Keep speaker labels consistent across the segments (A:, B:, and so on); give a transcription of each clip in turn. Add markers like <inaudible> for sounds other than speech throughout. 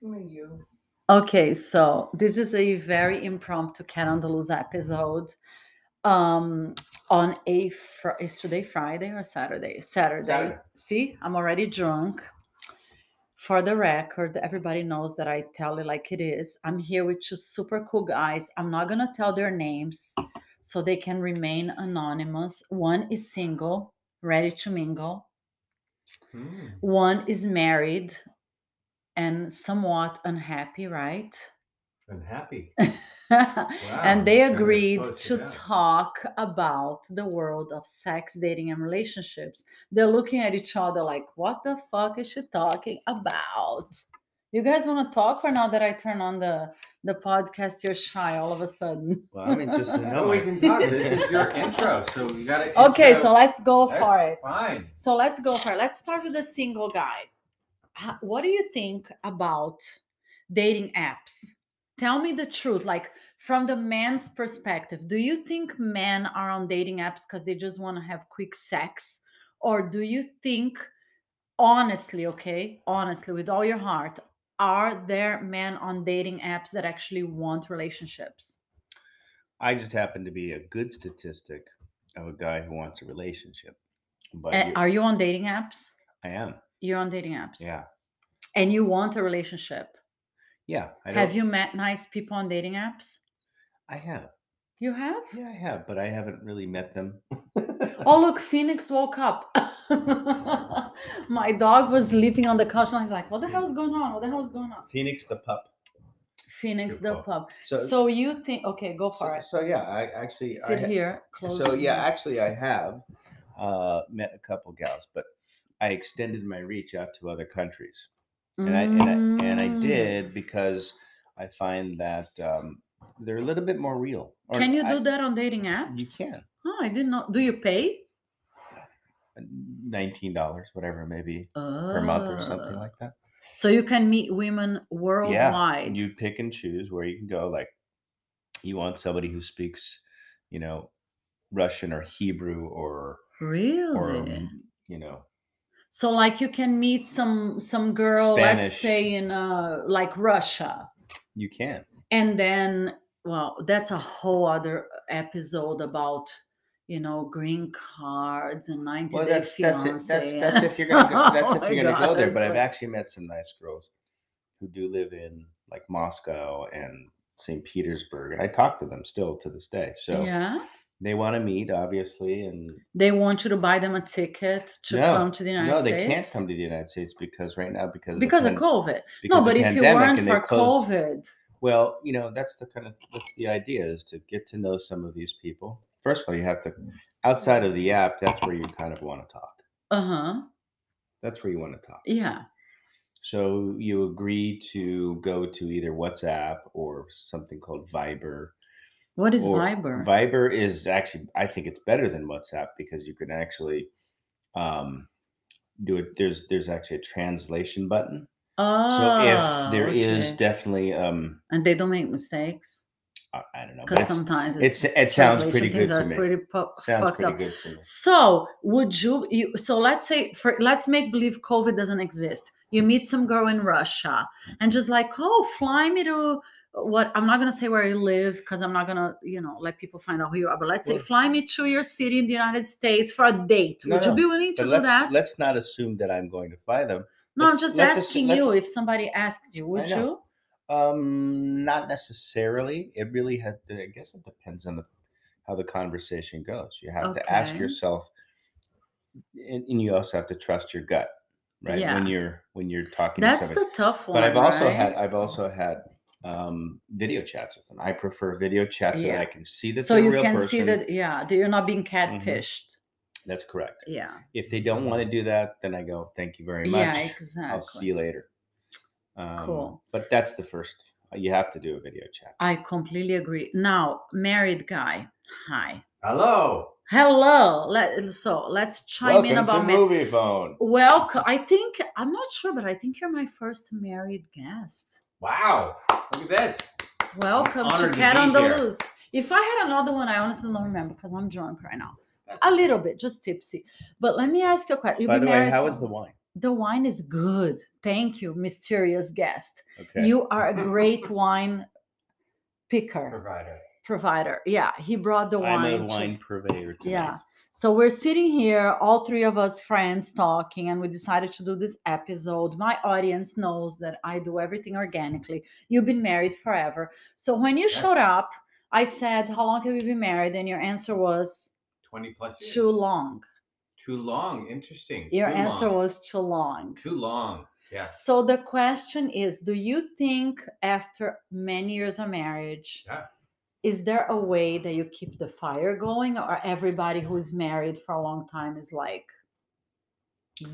A: Who are you?
B: Okay, so this is a very impromptu Cat Andaluz episode. Um, on a fr- is today Friday or Saturday? Saturday.
A: Saturday.
B: See, I'm already drunk. For the record, everybody knows that I tell it like it is. I'm here with two super cool guys. I'm not gonna tell their names so they can remain anonymous. One is single, ready to mingle.
A: Hmm.
B: One is married and somewhat unhappy, right?
A: I'm happy. Wow,
B: and they
A: very
B: agreed
A: close to
B: to
A: that.
B: talk about the world of sex, dating, and relationships. They're looking at each other like, what the fuck is she talking about? You guys want to talk or now that I turn on the, the podcast, you're shy all of a sudden?
C: Well, I'm interested to
A: No,
C: know.
A: we
C: it.
A: can talk. This is <laughs> your intro, so you got to.
B: <laughs> Okay, so let's go
A: That's
B: for it.
A: Fine.
B: So let's go for it. Let's start with the single guy. Ho- What do you think about dating apps? Tell me the truth, like from the man's perspective. Do you think men are on dating apps because they just want to have quick sex? Or do you think, honestly, okay, honestly, with all your heart, are there men on dating apps that actually want relationships?
C: I just happen to be a good statistic of a guy who wants a relationship. But
B: A-
C: you-
B: Are you on dating apps?
C: I am.
B: You're on dating apps.
C: Yeah.
B: And you want a relationship.
C: Yeah. I
B: have
C: don't-
B: you met nice people on dating apps?
C: I have.
B: You have?
C: Yeah, I have, but I haven't really met them.
B: Oh, look, Phoenix woke up. <laughs> My dog was sleeping on the couch and I was like, what the hell is going on? What the hell is going on?
C: Phoenix the pup.
B: Phoenix
A: Good
B: the
A: call.
B: pub.
C: So
B: So, you think, okay, go for
C: so,
B: it.
C: so, yeah, I actually I
B: Sit
C: ha-
B: here, close.
C: So yeah,
B: your-
C: actually I have uh, met a couple gals, but I extended my reach out to other countries. and I and I, and I
B: Mm.
C: did because I find that um, they're a little bit more real. Or
B: Can you
C: I-
B: do that on dating apps?
C: You can
B: Oh, I did not. Do you pay?
C: uh, nineteen dollars, whatever it may be,
B: Oh.
C: per month or something like that.
B: So you can meet women worldwide.
C: You pick and choose where you can go. Like, you want somebody who speaks, you know, Russian or Hebrew or
B: really?
C: or um, you know,
B: So like you can meet some some girl, let's
C: Spanish.
B: say in uh like Russia,
C: you can.
B: and then well, that's a whole other episode about you know green cards and ninety
C: Well,
B: day
C: that's that's it. That's
B: fiance
C: that's
B: and- <laughs>
C: if you're gonna go, that's
B: Oh
C: if
B: my
C: you're gonna
B: God,
C: go there.
B: that's
C: But I've
B: so-
C: actually met some nice girls who do live in like Moscow and St. Petersburg, and I talk to them still to this day. So
B: yeah,
C: they want to meet, obviously, and
B: they want you to buy them a ticket to
C: No,
B: come to the United
C: no, they
B: States.
C: can't come to the United States because right now because
B: because
C: of
B: of
C: the pan-
B: COVID.
C: because
B: no,
C: of
B: but
C: the
B: if you
C: pandemic
B: weren't
C: and they
B: for
C: closed-
B: COVID,
C: well, you know that's the kind of that's the idea is to get to know some of these people. First of all, you have to outside of the app. That's where you kind of want to talk.
B: uh huh,
C: That's where you want to talk.
B: yeah,
C: So you agree to go to either WhatsApp or something called Viber.
B: what is
C: or-
B: Viber?
C: Viber is actually, I think it's better than WhatsApp because you can actually um, do it. There's there's actually a translation button.
B: oh,
C: so if there is
B: okay.
C: definitely, um,
B: and they don't make mistakes.
C: I, I don't know, but
B: because
C: it's,
B: sometimes
C: it's- it sounds pretty
B: translation things
C: good to
B: are
C: me.
B: Pretty pu-
C: sounds
B: fucked
C: pretty
B: up.
C: good to me.
B: So would you, you? So let's say, for, let's make believe COVID doesn't exist. You meet some girl in Russia and just like, oh, fly me to what? I'm not gonna say where you live because I'm not gonna, you know, let people find out who you are. But let's say,
C: Well-
B: fly me to your city in the United States for a date.
C: No,
B: would you
C: no,
B: be willing to
C: But
B: do
C: let's
B: that?
C: let's not assume that I'm going to fly them.
B: no, I'm
C: let's-
B: just
C: let's assu-
B: asking
C: let's-
B: you if somebody asked you, would
C: know.
B: you?
C: Um, not necessarily. It really has. To, I guess it depends on the how the conversation goes. You have to ask
B: Okay.
C: yourself, and, and you also have to trust your gut, right?
B: Yeah.
C: When you're when you're talking. to
B: That's
C: somebody.
B: the tough one.
C: But I've also
B: right?
C: had I've also had um video chats with them. I prefer video chats so that
B: Yeah.
C: I can see that
B: so
C: they're a
B: you
C: real
B: can
C: person. Mm-hmm.
B: see that, yeah, that you're not being catfished.
C: That's correct.
B: Yeah.
C: If they don't want to do that, then I go, "Thank you very much.
B: Yeah,
C: I'll
B: exactly.
C: see you later." Um,
B: Cool.
C: But that's the first. You have to do a video chat.
B: I completely agree. Now, married guy. Hi.
A: Hello.
B: Hello. Let, so let's chime in about ma- Oh,
C: movie phone.
B: Welcome. I think I'm not sure, but I think you're my first married guest.
A: Wow. Look at this.
B: Welcome to
A: honored to
B: Cat
A: be
B: on the
A: here.
B: Loose. If I had another one, I honestly don't remember because I'm drunk right now. A little bit, just tipsy. But let me ask you a question. You've
C: By
B: been
C: the way,
B: married
C: how
B: for-
C: was the wine?
B: the wine is good. Thank you, mysterious guest.
C: Okay.
B: You are
C: <laughs>
B: a great wine picker
A: provider.
B: provider. Yeah, he brought the wine.
C: I'm a
B: to-
C: wine purveyor tonight.
B: Yeah. So we're sitting here, all three of us friends talking, and we decided to do this episode. My audience knows that I do everything organically. You've been married forever. So when you
A: Yes.
B: showed up, I said, How long have you been married? And your answer was,
A: 20 plus years.
B: Too long.
A: Too long. Interesting.
B: Your
A: Too
B: answer
A: long.
B: was, Too long.
A: too long. Yes.
B: So the question is Do you think after many years of marriage,
A: Yeah.
B: is there a way that you keep the fire going, or everybody who is married for a long time is like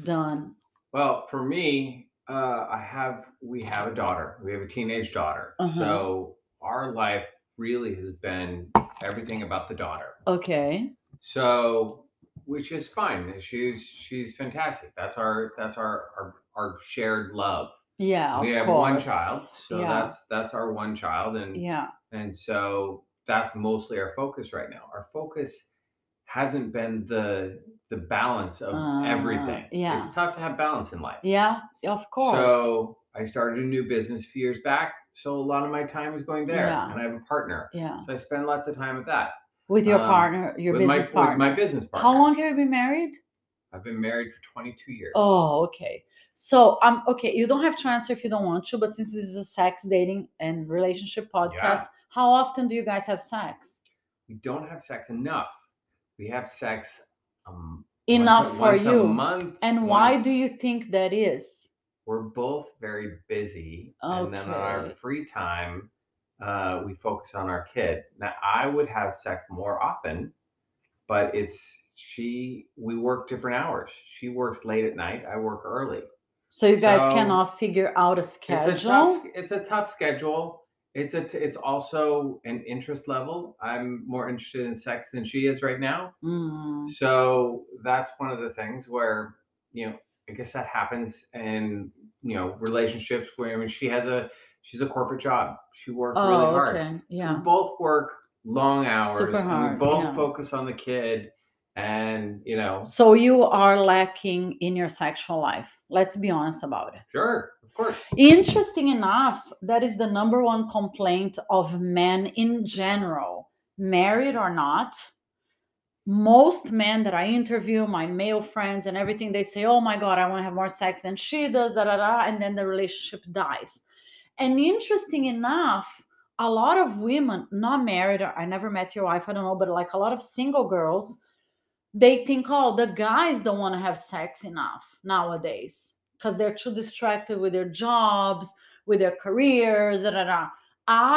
B: done?
A: Well, for me, uh, I have we have a daughter. We have a teenage daughter.
B: Uh-huh.
A: So our life really has been everything about the daughter.
B: Okay.
A: So which is fine. She's she's fantastic. That's our that's our our, our shared love.
B: Yeah.
A: we
B: of
A: have
B: course.
A: one child. So
B: yeah.
A: that's that's our one child and
B: yeah.
A: And so that's mostly our focus right now. Our focus hasn't been the the balance of
B: Uh,
A: everything.
B: yeah.
A: It's tough to have balance in life.
B: Yeah. Of course.
A: So I started a new business a few years back. So a lot of my time is going there.
B: Yeah.
A: And I have a partner.
B: yeah.
A: So I spend lots of time with that.
B: With your
A: um,
B: partner, your
A: with
B: business
A: my,
B: partner.
A: With my business partner.
B: How long have you been married?
A: I've been married for 22 years.
B: Oh, okay. So um, okay, you don't have to answer if you don't want to, but since this is a sex, dating, and relationship podcast, how often do you guys have sex?
A: We don't have sex enough. We have sex um, once a-
B: Enough for
A: once
B: you.
A: A month,
B: and why do
A: once-
B: you think that is?
A: we're both very busy and then on our
B: Okay.
A: free time uh, we focus on our kid now i would have sex more often but it's she we work different hours she works late at night i work early
B: So you guys
A: So,
B: cannot figure out a schedule.
A: it's a tough s- it's a tough schedule it's a t- it's also an interest level i'm more interested in sex than she is right now
B: Mm,
A: so that's one of the things where, you know, I guess that happens in, you know, relationships where I mean she has a she's a corporate job. She works really
B: oh,
A: hard.
B: okay.
A: So
B: Yeah.
A: we both work long hours.
B: Super
A: and
B: hard,
A: we both
B: yeah.
A: focus on the kid and you know,
B: So you are lacking in your sexual life. Let's be honest about it.
A: sure, of course.
B: Interesting enough, that is the number one complaint of men in general, married or not. Most men that I interview, my male friends and everything, they say, Oh my God, I want to have more sex than she does, da da da. And then the relationship dies. And interesting enough, a lot of women, not married, I never met your wife, I don't know, but like a lot of single girls, they think, oh, the guys don't want to have sex enough nowadays because they're too distracted with their jobs, with their careers, da da da.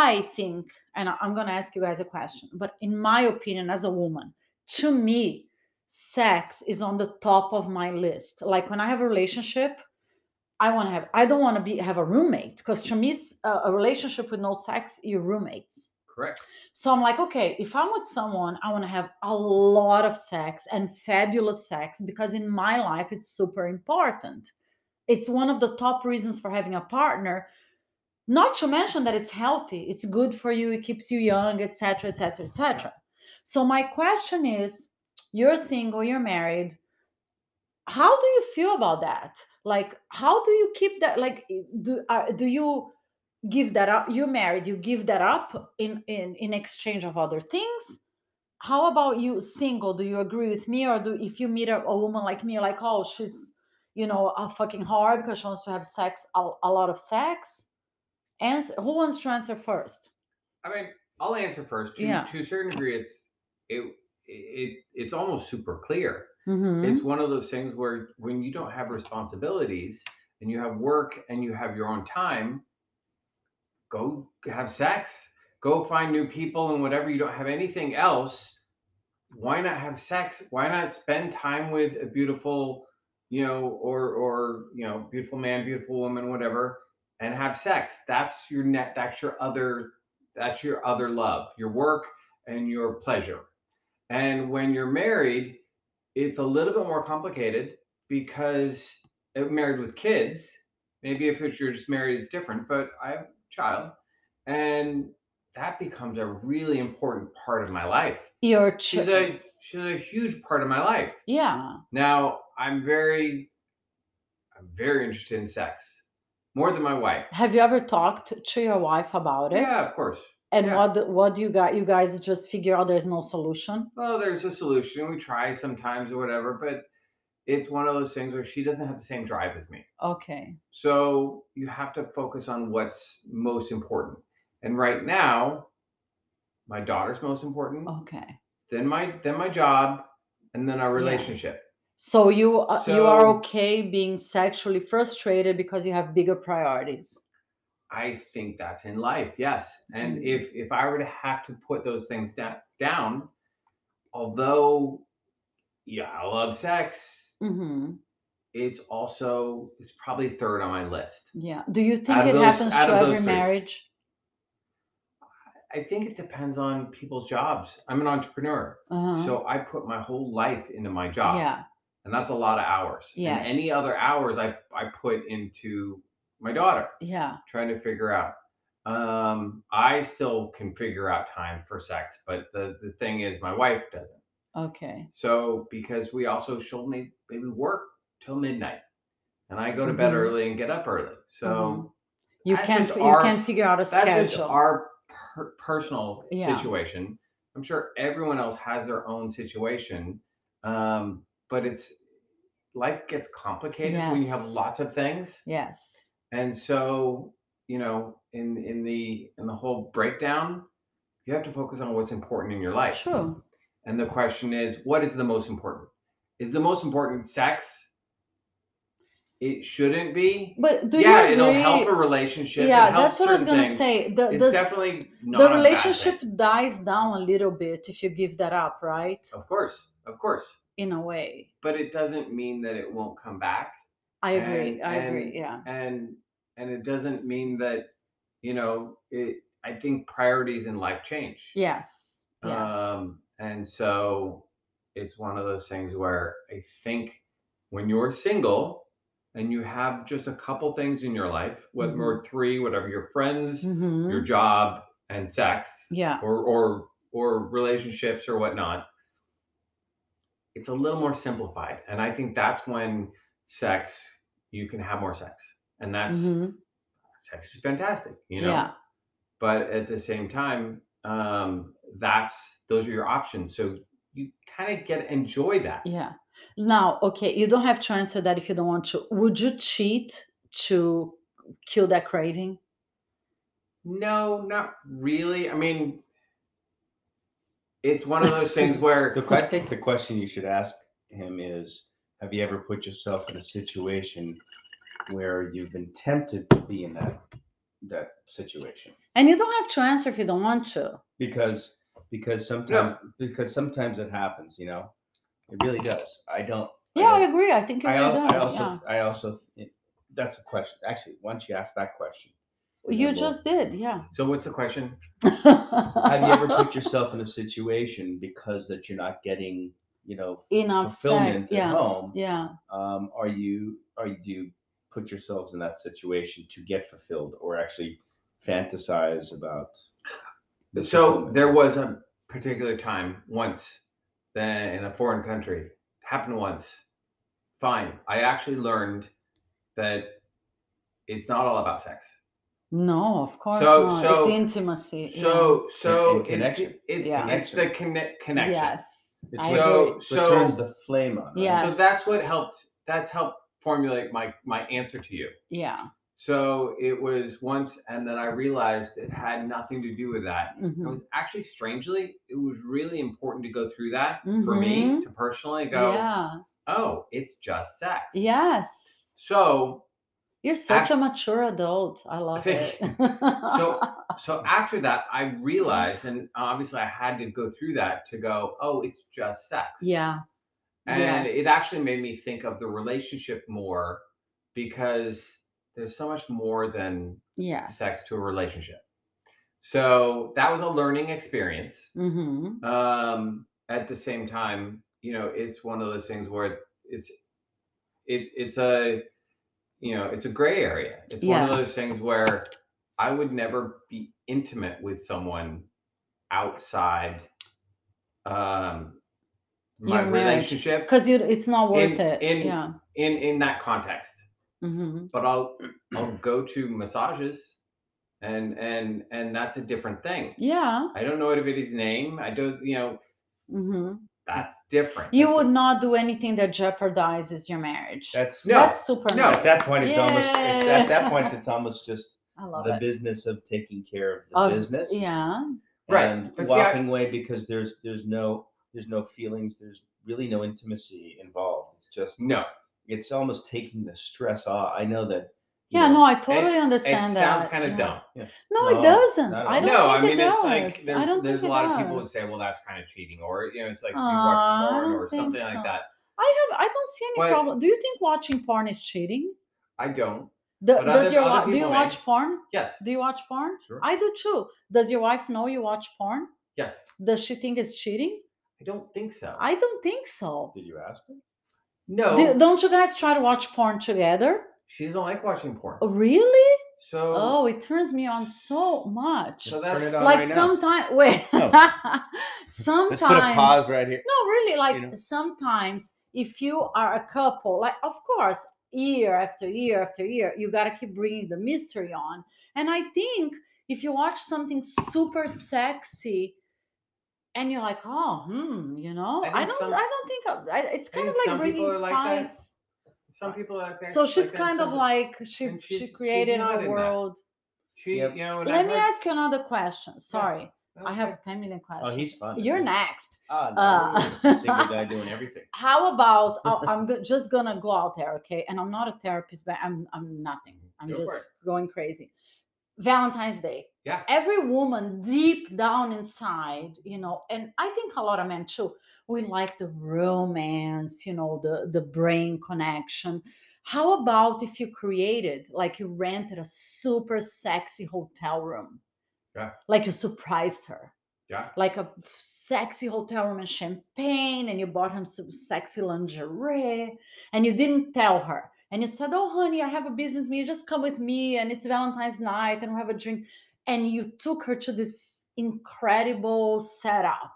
B: I think, and I- I'm going to ask you guys a question, but in my opinion, as a woman, to me, sex is on the top of my list. Like when I have a relationship, I want to have. I don't want to be have a roommate because to me, s- a, a relationship with no sex, you're roommates.
A: Correct.
B: So I'm like, okay, if I'm with someone, I want to have a lot of sex and fabulous sex because in my life it's super important. It's one of the top reasons for having a partner. Not to mention that it's healthy, it's good for you, it keeps you young, etc., etc., etc. So my question is, you're single, you're married. How do you feel about that? Like, how do you keep that? Like, i- do uh, do you give that up you're married you give that up in in in exchange of other things how about you single do you agree with me or do if you meet a, a woman like me you're like oh she's you know a fucking hard because she wants to have sex a, a lot of sex and who wants to answer first
A: I mean, I'll answer first. To,
B: Yeah.
A: to a certain degree it's it it it's almost super clear.
B: mm-hmm.
A: It's one of those things where when you don't have responsibilities and you have work and you have your own time, go have sex, go find new people and whatever. You don't have anything else. Why not have sex? Why not spend time with a beautiful, you know, or or you know, beautiful man, beautiful woman, whatever, and have sex? That's your net. That's your other. That's your other love. Your work and your pleasure. And when you're married, it's a little bit more complicated because uh, married with kids, maybe if it's- you're just married, it's different, but I have a child. And that becomes a really important part of my life.
B: your ch-
A: She's a she's a huge part of my life.
B: yeah
A: Now I'm very I'm very interested in sex more than my wife.
B: Have you ever talked to your wife about it?
A: Yeah, of course.
B: And
A: yeah.
B: what do- what do you got? You guys just figure out there's no solution.
A: Well, there's a solution. We try sometimes or whatever, but it's one of those things where she doesn't have the same drive as me.
B: Okay.
A: So you have to focus on what's most important. And right now, my daughter's most important,
B: Okay.
A: then my then my job, and then our
B: Yeah.
A: relationship.
B: So you uh, you are
A: So-
B: okay being sexually frustrated because you have bigger priorities.
A: I think that's in life, yes. And
B: Mm.
A: if if I were to have to put those things da- down, although yeah, I love sex,
B: hmm
A: it's also it's probably third on my list.
B: Yeah. Do you think
A: Out of
B: it
A: those-
B: happens
A: out
B: to
A: of those
B: every
A: three.
B: marriage?
A: I think it depends on people's jobs. I'm an entrepreneur,
B: Uh-huh.
A: so I put my whole life into my job.
B: yeah.
A: and that's a lot of hours. And any
B: Yes.
A: other hours I I put into my daughter
B: Yeah.
A: trying to figure out. Um, I still can figure out time for sex, but the the thing is, my wife doesn't.
B: Okay.
A: So because we also she'll may, maybe work till midnight, and I go to bed
B: Mhm.
A: early and get up early. So
B: Mhm. You
A: That's
B: can
A: just
B: f- you
A: our-
B: can figure out a
A: that's
B: schedule.
A: just our per- personal
B: Yeah.
A: situation. I'm sure everyone else has their own situation, um, but it's life gets complicated when you have
B: Yes.
A: lots of things,
B: yes.
A: and so you know, in in the in the whole breakdown, you have to focus on what's important in your life.
B: True.
A: And the question is, what is the most important? Is the most important sex? It shouldn't be.
B: But do
A: yeah,
B: you agree?
A: it'll help a relationship. it
B: yeah,
A: helps
B: that's what I was
A: certain
B: gonna
A: things
B: say. The,
A: it's
B: does-
A: definitely not
B: the
A: a bad
B: relationship
A: thing.
B: dies down a little bit if you give that up, right?
A: of course of course
B: In a way.
A: but it doesn't mean that it won't come back
B: I agree.
A: And-
B: I
A: and-
B: agree. Yeah.
A: and and it doesn't mean that you know it i think priorities in life change
B: Yes. Yes.
A: um and so it's one of those things where i think when you're single and you have just a couple things in your life whether
B: Mhm.
A: or three whatever your friends
B: Mhm.
A: your job and sex
B: Yeah.
A: or or or relationships or whatnot it's a little more simplified and i think that's when sex you can have more sex and that's
B: Mhm.
A: sex is fantastic you know
B: Yeah.
A: but at the same time um that's those are your options so you kind of get enjoy that
B: Yeah. Now, okay, you don't have to answer that if you don't want to. Would you cheat to kill that craving?
A: no not really i mean it's one of those things where
C: The, que- I think the question you should ask him is Have you ever put yourself in a situation where you've been tempted to be in that that situation?
B: And you don't have to answer if you don't want to.
C: Because because sometimes because sometimes it happens, you know, it really does. I don't. I
B: Yeah, I,
C: don't-
B: agree. I think it
C: I,
B: really
C: al- I
B: does.
C: also
B: yeah.
C: I also th- that's a question. Actually, once you ask that question, then
B: You
C: we'll-
B: just did, yeah.
A: so what's the question
C: <laughs> have you ever
B: <laughs>
C: put yourself in a situation because that you're not getting you know
B: enough
C: fulfillment
B: sex?
C: at
B: Yeah.
C: home?
B: Yeah.
C: Um, are you are you do you put yourselves in that situation to get fulfilled or actually fantasize about? the
A: So
C: fulfillment?
A: there was a particular time once that in a foreign country happened once. Fine. I actually learned that it's not all about sex.
B: No, of course
A: So-
B: not. it's
A: so-
B: intimacy. yeah.
A: So so
C: and
A: it's
C: connection.
A: it's
B: Yeah.
A: it's the conne- connection.
B: Yes.
C: It's
B: I
C: what-
A: So
B: agree.
C: so,
A: so
C: it turns the flame on. right?
B: Yeah.
A: so that's what
B: Yes.
A: helped that's helped formulate my my answer to you.
B: Yeah.
A: So it was once and then I realized it had nothing to do with that.
B: mhm.
A: It was actually strangely, it was really important to go through that for me
B: Mhm.
A: to personally go,
B: Yeah.
A: oh, it's just sex.
B: Yes.
A: So
B: You're such
A: Act-
B: a mature adult. I love
A: Thank
B: it.
C: <laughs>
A: so
B: <laughs>
A: so after that, I realized, and obviously I had to go through that to go, oh, it's just sex.
B: yeah.
A: And
B: yes.
A: it actually made me think of the relationship more because there's so much more than
B: Yes.
A: sex to a relationship. So that was a learning experience.
B: Mm-hmm.
A: um at the same time you know it's one of those things where it's it it's a you know it's a gray area it's one of
B: Yeah.
A: those things where i would never be intimate with someone outside um my
B: Your marriage.
A: relationship
B: Because you, it's not worth
A: In-
B: it.
A: in-
B: yeah.
A: in in that context
B: Mhm.
A: but I'll
B: <clears throat>
A: I'll go to massages and and and that's a different thing.
B: Yeah.
A: I don't know anybody's name. I don't you know,
B: hmm
A: that's different.
B: You would not do anything that jeopardizes your marriage.
C: That's
A: No.
B: That's super
A: No.
B: nice.
C: At that point, it's almost at that-
B: Yay.
C: that point it's almost just
B: <laughs> I love
C: the
B: it.
C: business of taking care of the
B: Of-
C: business,
B: Yeah.
A: Right,
C: And
A: but see, I-
C: walking away because there's there's no there's no feelings, there's really no intimacy involved. It's just
A: No.
C: it's almost taking the stress off. I know that. you
B: Yeah,
C: know,
B: no, I totally
A: It
B: understand that.
A: sounds kind of
B: yeah.
A: dumb.
B: No, it
C: No,
B: doesn't.
C: not at
B: I
C: all.
B: don't
A: no, I
B: think
A: mean
B: it
A: it's
B: does.
A: like
B: I
A: there's,
B: don't
A: there's a
B: think it
A: lot of
B: does.
A: people would say, well, that's kind of cheating, or you know, it's like you
B: Aw, I
A: watch porn
B: don't
A: or
B: think
A: something
B: so.
A: like that.
B: I have. I don't see any
A: But-
B: problem. Do you think watching porn is cheating?
A: I don't.
B: Do-
A: But
B: does
A: other-
B: your
A: other
B: wife? Do you
A: people
B: watch
A: may.
B: porn?
A: Yes.
B: Do you watch porn?
C: Sure.
B: I do too. Does your wife know you watch porn?
A: Yes.
B: Does she think it's cheating?
A: I don't think so.
B: I don't think so.
C: Did you ask her?
A: no.
B: Do, don't you guys try to watch porn together?
A: she doesn't like watching porn.
B: Really?
A: So
B: Oh, it turns me on so much.
A: So
C: Just
A: that's-
C: turn it on
B: like
C: right now.
B: sometimes, <laughs> wait,
C: No.
B: sometimes.
C: Let's put a pause right here.
B: No, really, like
C: know?
B: sometimes if you are a couple, like of course, year after year after year, you gotta keep bringing the mystery on. And I think if you watch something super sexy, and you're like, oh, hmm, you know,
A: I
B: I,
A: think
B: don't,
A: some-
B: I don't think I, I- it's kind of
A: think
B: like
A: some
B: bringing
A: people are like that.
B: spice.
A: some people out there.
B: so she's
A: like that,
B: kind
A: some
B: of
A: people-
B: like she
A: and she's-
B: she
A: she's
B: created
A: not in
B: a
A: that.
B: world.
A: she,
C: Yep.
A: you know. and
B: Let
A: I've
B: me
A: heard-
B: ask you another question. Sorry, I have ten million
C: Oh,
B: questions.
C: he's fun. isn't
B: you're
C: he?
B: next.
C: Ah, no,
B: Uh,
C: it's a single
B: <laughs>
C: guy doing everything.
B: how about
A: <laughs>
B: I- I'm go- just gonna go out there, okay? And I'm not a therapist, but I'm I'm nothing. I'm
A: Mm-hmm. Go for
B: just
A: it.
B: going crazy. Valentine's Day.
A: Yeah.
B: Every woman deep down inside, you know, and I think a lot of men too, we like the romance, you know, the the brain connection. How about if you created like you rented a super sexy hotel room?
A: Yeah.
B: Like you surprised her
A: Yeah.
B: like a sexy hotel room and champagne, and you bought him some sexy lingerie, and you didn't tell her. And you said, Oh, honey, I have a business meeting. Just come with me, and it's Valentine's night, and we have a drink. And you took her to this incredible setup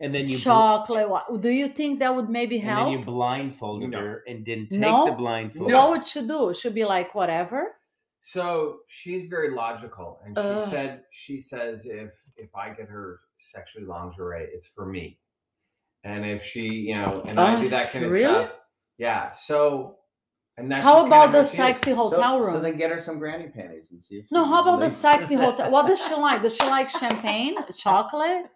C: And then you bl-
B: chocolate. wa- Do you think that would maybe
C: and then
B: help?
C: you blindfolded
A: No.
C: her and didn't take
B: No.
C: the blindfold.
B: What would she do? She'd be like, Whatever.
A: So she's very logical, and she
B: Ugh.
A: said she says if if I get her sexually lingerie, it's for me, and if she you know and I do
B: Ugh,
A: that kind of
B: really?
A: stuff, yeah. So and that's
B: How
A: just kinda
B: about the
A: who she is.
B: sexy hotel room?
C: So then get her some granny panties and see if.
B: no,
C: she
B: how
C: <laughs>
B: about the
C: likes it.
B: sexy hotel? What does she like? Does she like champagne, chocolate?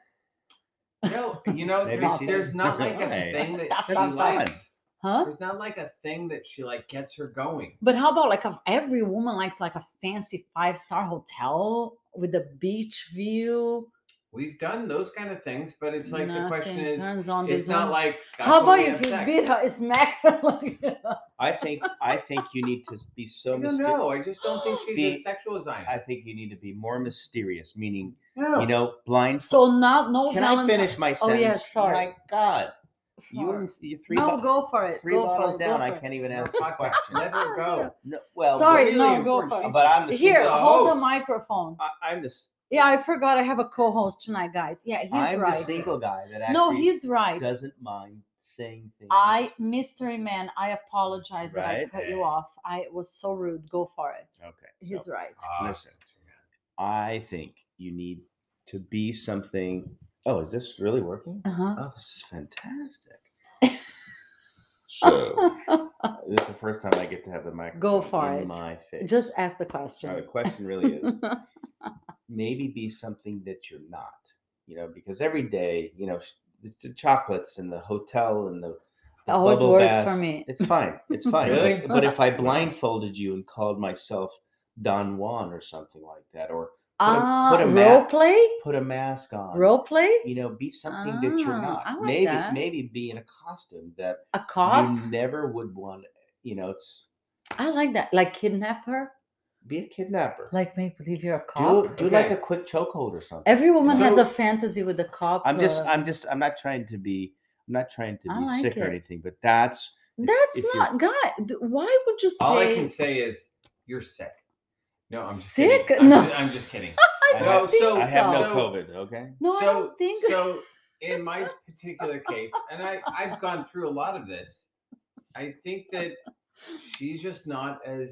B: <laughs>
A: No, you know,
C: Maybe
A: there's,
B: she
A: there's
C: did.
A: not like a
C: Right.
A: thing that
B: That's
A: she
B: fun.
A: likes.
B: Huh?
A: There's not like a thing that she like gets her going.
B: But how about like a, every woman likes like a fancy five star hotel with a beach view?
A: We've done those kind of things, but it's like the question
B: Nothing
A: is,
B: turns on
A: it's
B: this
A: not
B: woman.
A: like that's
B: how
A: when
B: about
A: we
B: if
A: have
B: you
A: sex.
B: beat her, smack her? Like,
C: I think I think you need to be so
A: <laughs> I don't
C: mysterious.
A: know. I just don't think she's
C: The-
A: as sexual as I am.
C: I think you need to be more mysterious, meaning
A: no.
C: you know,
B: <laughs>
C: blind.
B: so not no.
C: Can I
B: Valentine-
C: finish my
B: Oh,
C: sentence?
B: yeah, sorry.
C: My God, you
B: Sorry.
C: and you three.
B: no,
C: bo-
B: go for it.
C: Three
B: go for
C: bottles
B: it, go
C: down.
B: for
C: I
B: it.
C: can't even
A: It's
C: ask
A: not my
C: a question.
A: Let her
B: <laughs>
A: go.
C: No, well, but-
B: Sorry, no, go
A: important.
B: for it.
C: But I'm the Oh.
B: Here,
C: single
B: hold the
A: host.
B: microphone.
C: I, I'm the. s-
B: Yeah, I forgot I have a co-host tonight, guys. Yeah, he's
C: I'm
B: right.
C: the single guy that actually
B: no, he's right.
C: doesn't mind saying things.
B: I, mystery man, I apologize
C: Right?
B: that I cut you off. I was so rude. Go for it.
C: okay. Uh,
B: He's right.
A: Ah,
C: Listen. I think you need to be something. Oh, is this really working?
B: Uh-huh.
C: Oh, this is fantastic.
B: <laughs>
C: so, this is the first time I get to have the microphone
B: for
C: in
B: it.
C: my face.
B: Just ask the
C: Now, the
B: question.
C: question really
B: <laughs>
C: is maybe be something that you're not, you know, because every day, you know, sh- the- the chocolates and the hotel and the, the
B: Always
C: bubble
B: works
C: baths,
B: for me.
C: It's fine.
B: <laughs>
C: It's fine. but-
A: Really?
C: but, if I blindfolded you and called myself Don Juan or something like that, or
B: Ah,
C: put a
B: role
C: map-
B: play?
C: put a mask on,
B: Role play?
C: you know, be something that you're
B: Ah,
C: not.
B: I like
C: maybe
B: that.
C: maybe be in a costume that
B: A cop?
C: you never would want. You know, it's
B: I like that. Like kidnapper?
C: be a kidnapper.
B: Like make believe you're a cop?
C: do do like
A: Okay.
C: a quick chokehold or something.
B: Every woman has a
A: So-
B: fantasy with a cop.
C: I'm just
B: uh,
C: I'm just I'm not trying to be I'm not trying to
B: I
C: be
B: like
C: sick or
B: it.
C: anything, but that's if-
B: that's
C: if you're-
B: not, God, d- why would you say?
A: All I can say is you're sick. No, I'm just
B: Sick?
A: Kidding. I'm
B: No.
A: ju- I'm just kidding.
B: I
C: I
B: don't
A: have-
B: think so.
A: so-
C: I have no
A: Oh, So-
C: COVID, okay?
B: <laughs> no, I don't think <laughs>
A: so in my particular case, and I, I've gone through a lot of this, I think that she's just not as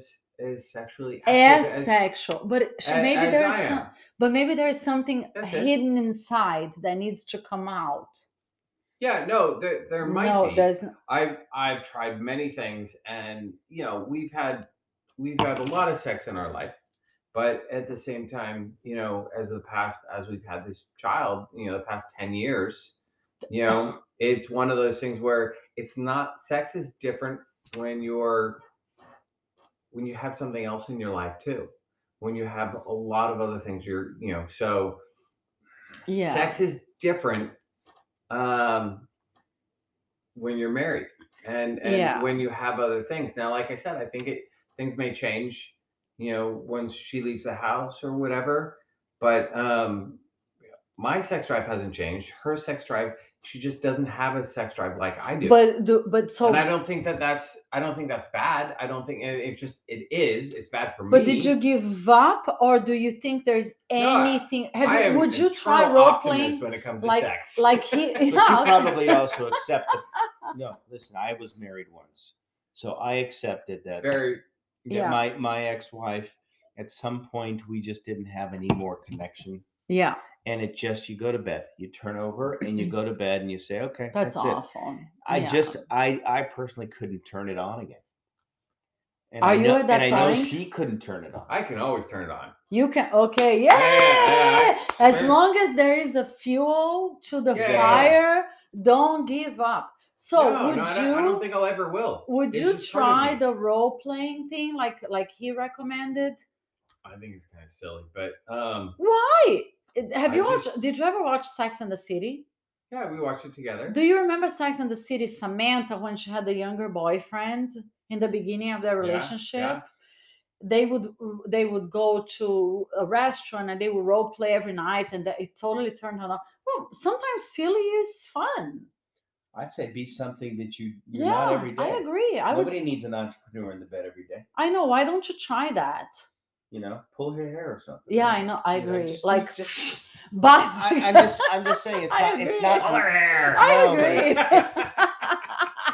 A: as sexually
B: as,
A: active as,
B: sexual but she,
A: a-
B: maybe
A: as
B: there's
A: I
B: some
A: am.
B: but maybe there's something
A: That's it.
B: hidden inside that needs to come out
A: Yeah, no, there, there might
B: no
A: be.
B: there's n-
A: I've I've tried many things, and you know we've had we've had a lot of sex in our life, but at the same time, you know, as the past as we've had this child, you know, the past ten years, you know, it's one of those things where it's not sex is different when you're when you have something else in your life too, when you have a lot of other things you're you know so
B: yeah
A: sex is different um when you're married and and
B: Yeah.
A: when you have other things now like i said i think it things may change you know once she leaves the house or whatever but um my sex drive hasn't changed her sex drive she just doesn't have a sex drive like i do
B: but do, but so
A: and i don't think that that's i don't think that's bad i don't think it, it just it is it's bad for me
B: but did you give up or do you think there's
A: No, I-
B: anything
A: I
B: have
A: am
B: you, would you try
A: eternal
B: role
A: optimist
B: playing
A: when it comes
B: like
A: to sex <laughs>
B: like he <laughs>
C: But
B: yeah,
C: you
B: okay.
C: probably also accept the
B: <laughs>
C: no, listen, I was married once. So I accepted that
A: very
C: that
B: Yeah.
C: my my ex-wife at some point we just didn't have any more connection
B: yeah
C: and it just you go to bed. You turn over
B: <clears throat>
C: and you go to bed and you say, "Okay,
B: that's,
C: that's, it."
B: awful
C: I
B: Yeah.
C: just I I personally couldn't turn it on again. And
B: Are
C: I
B: you
C: know,
B: at that
C: and I know
B: point?
C: she couldn't turn it on.
A: i can always turn it on
B: you can okay yeah,
A: Yeah, yeah, I
B: as
A: swear.
B: long as there is a fuel to the
A: Yeah, yeah, yeah.
B: fire don't give up so
A: No,
B: would
A: no, I
B: you
A: don't, I don't think I'll ever will.
B: Would
A: It's
B: you
A: just part of
B: try
A: me.
B: the role playing thing like like he recommended?
A: I think it's kind of silly, but um,
B: Why? It- Have
A: I
B: you
A: just-
B: watched did you ever watch Sex and the City?
A: yeah, we watched it together.
B: Do you remember Sex and the City Samantha when she had the younger boyfriend in the beginning of their
A: Yeah, yeah.
B: relationship? They would they would go to a restaurant and they would role play every night and that it totally turned her on. Well, sometimes silly is fun.
C: I say be something that you you're
B: yeah,
C: not every day.
B: I agree. I would
C: Nobody needs an entrepreneur in the bed every day.
B: I know. Why don't you try that?
C: You know, pull her hair or something.
B: Yeah, I know. I
C: You know,
B: agree.
C: just-
B: like,
C: just-
B: <laughs> but
C: <laughs> I, I'm just I'm just saying it's
B: <laughs> I
C: not it's
B: agree.
C: not
A: Pull her hair.
B: I
C: No, but
B: agree.
C: it's-
B: <laughs>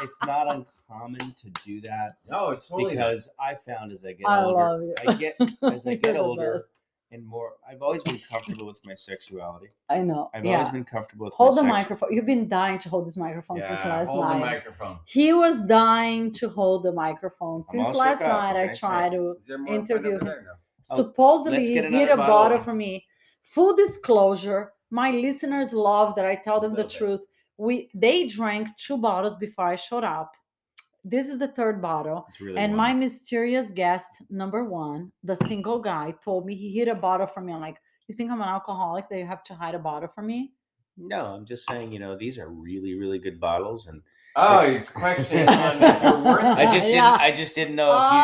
C: it's not uncommon to do that
A: No, Oh, it's totally not.
C: because I found as I get
B: I
C: older,
B: love you.
C: I get <laughs>
B: <laughs>
C: as I
B: You're
C: get
B: the
C: older
B: best.
C: and more. I've always been comfortable with my sexuality.
B: I know.
C: I've
B: yeah.
C: always been comfortable with
B: hold
C: my
B: the
C: sex-
B: microphone. You've been dying to hold this microphone since
A: Yeah,
B: last
A: hold the
B: night.
A: microphone.
B: He was dying to hold the microphone
C: I'm all
B: since
C: shook
B: last
C: up,
B: night.
C: what
B: I
C: can I say?
B: tried to
A: Is there more wine
B: Interview
A: over
B: him.
A: there? No.
C: Oh,
B: supposedly
C: let's
B: he
C: get
B: hit
C: another
B: a
C: bottle
B: bottle
C: open.
B: for me. Full disclosure, my listeners love that I tell them the
A: Love it.
B: truth. We they drank two bottles before I showed up. This is the third bottle.
C: It's really
B: And my
C: warm.
B: mysterious guest number one, the single guy, told me he hid a bottle from me. I'm like, you think I'm an alcoholic that you have to hide a bottle from me?
C: no, I'm just saying you know these are really really good bottles,
B: <laughs>
C: and
A: Oh,
C: It's-
A: he's questioning
C: <laughs>
A: on if you're worth
C: I
A: it.
C: just didn't
B: Yeah.
C: I just didn't know if you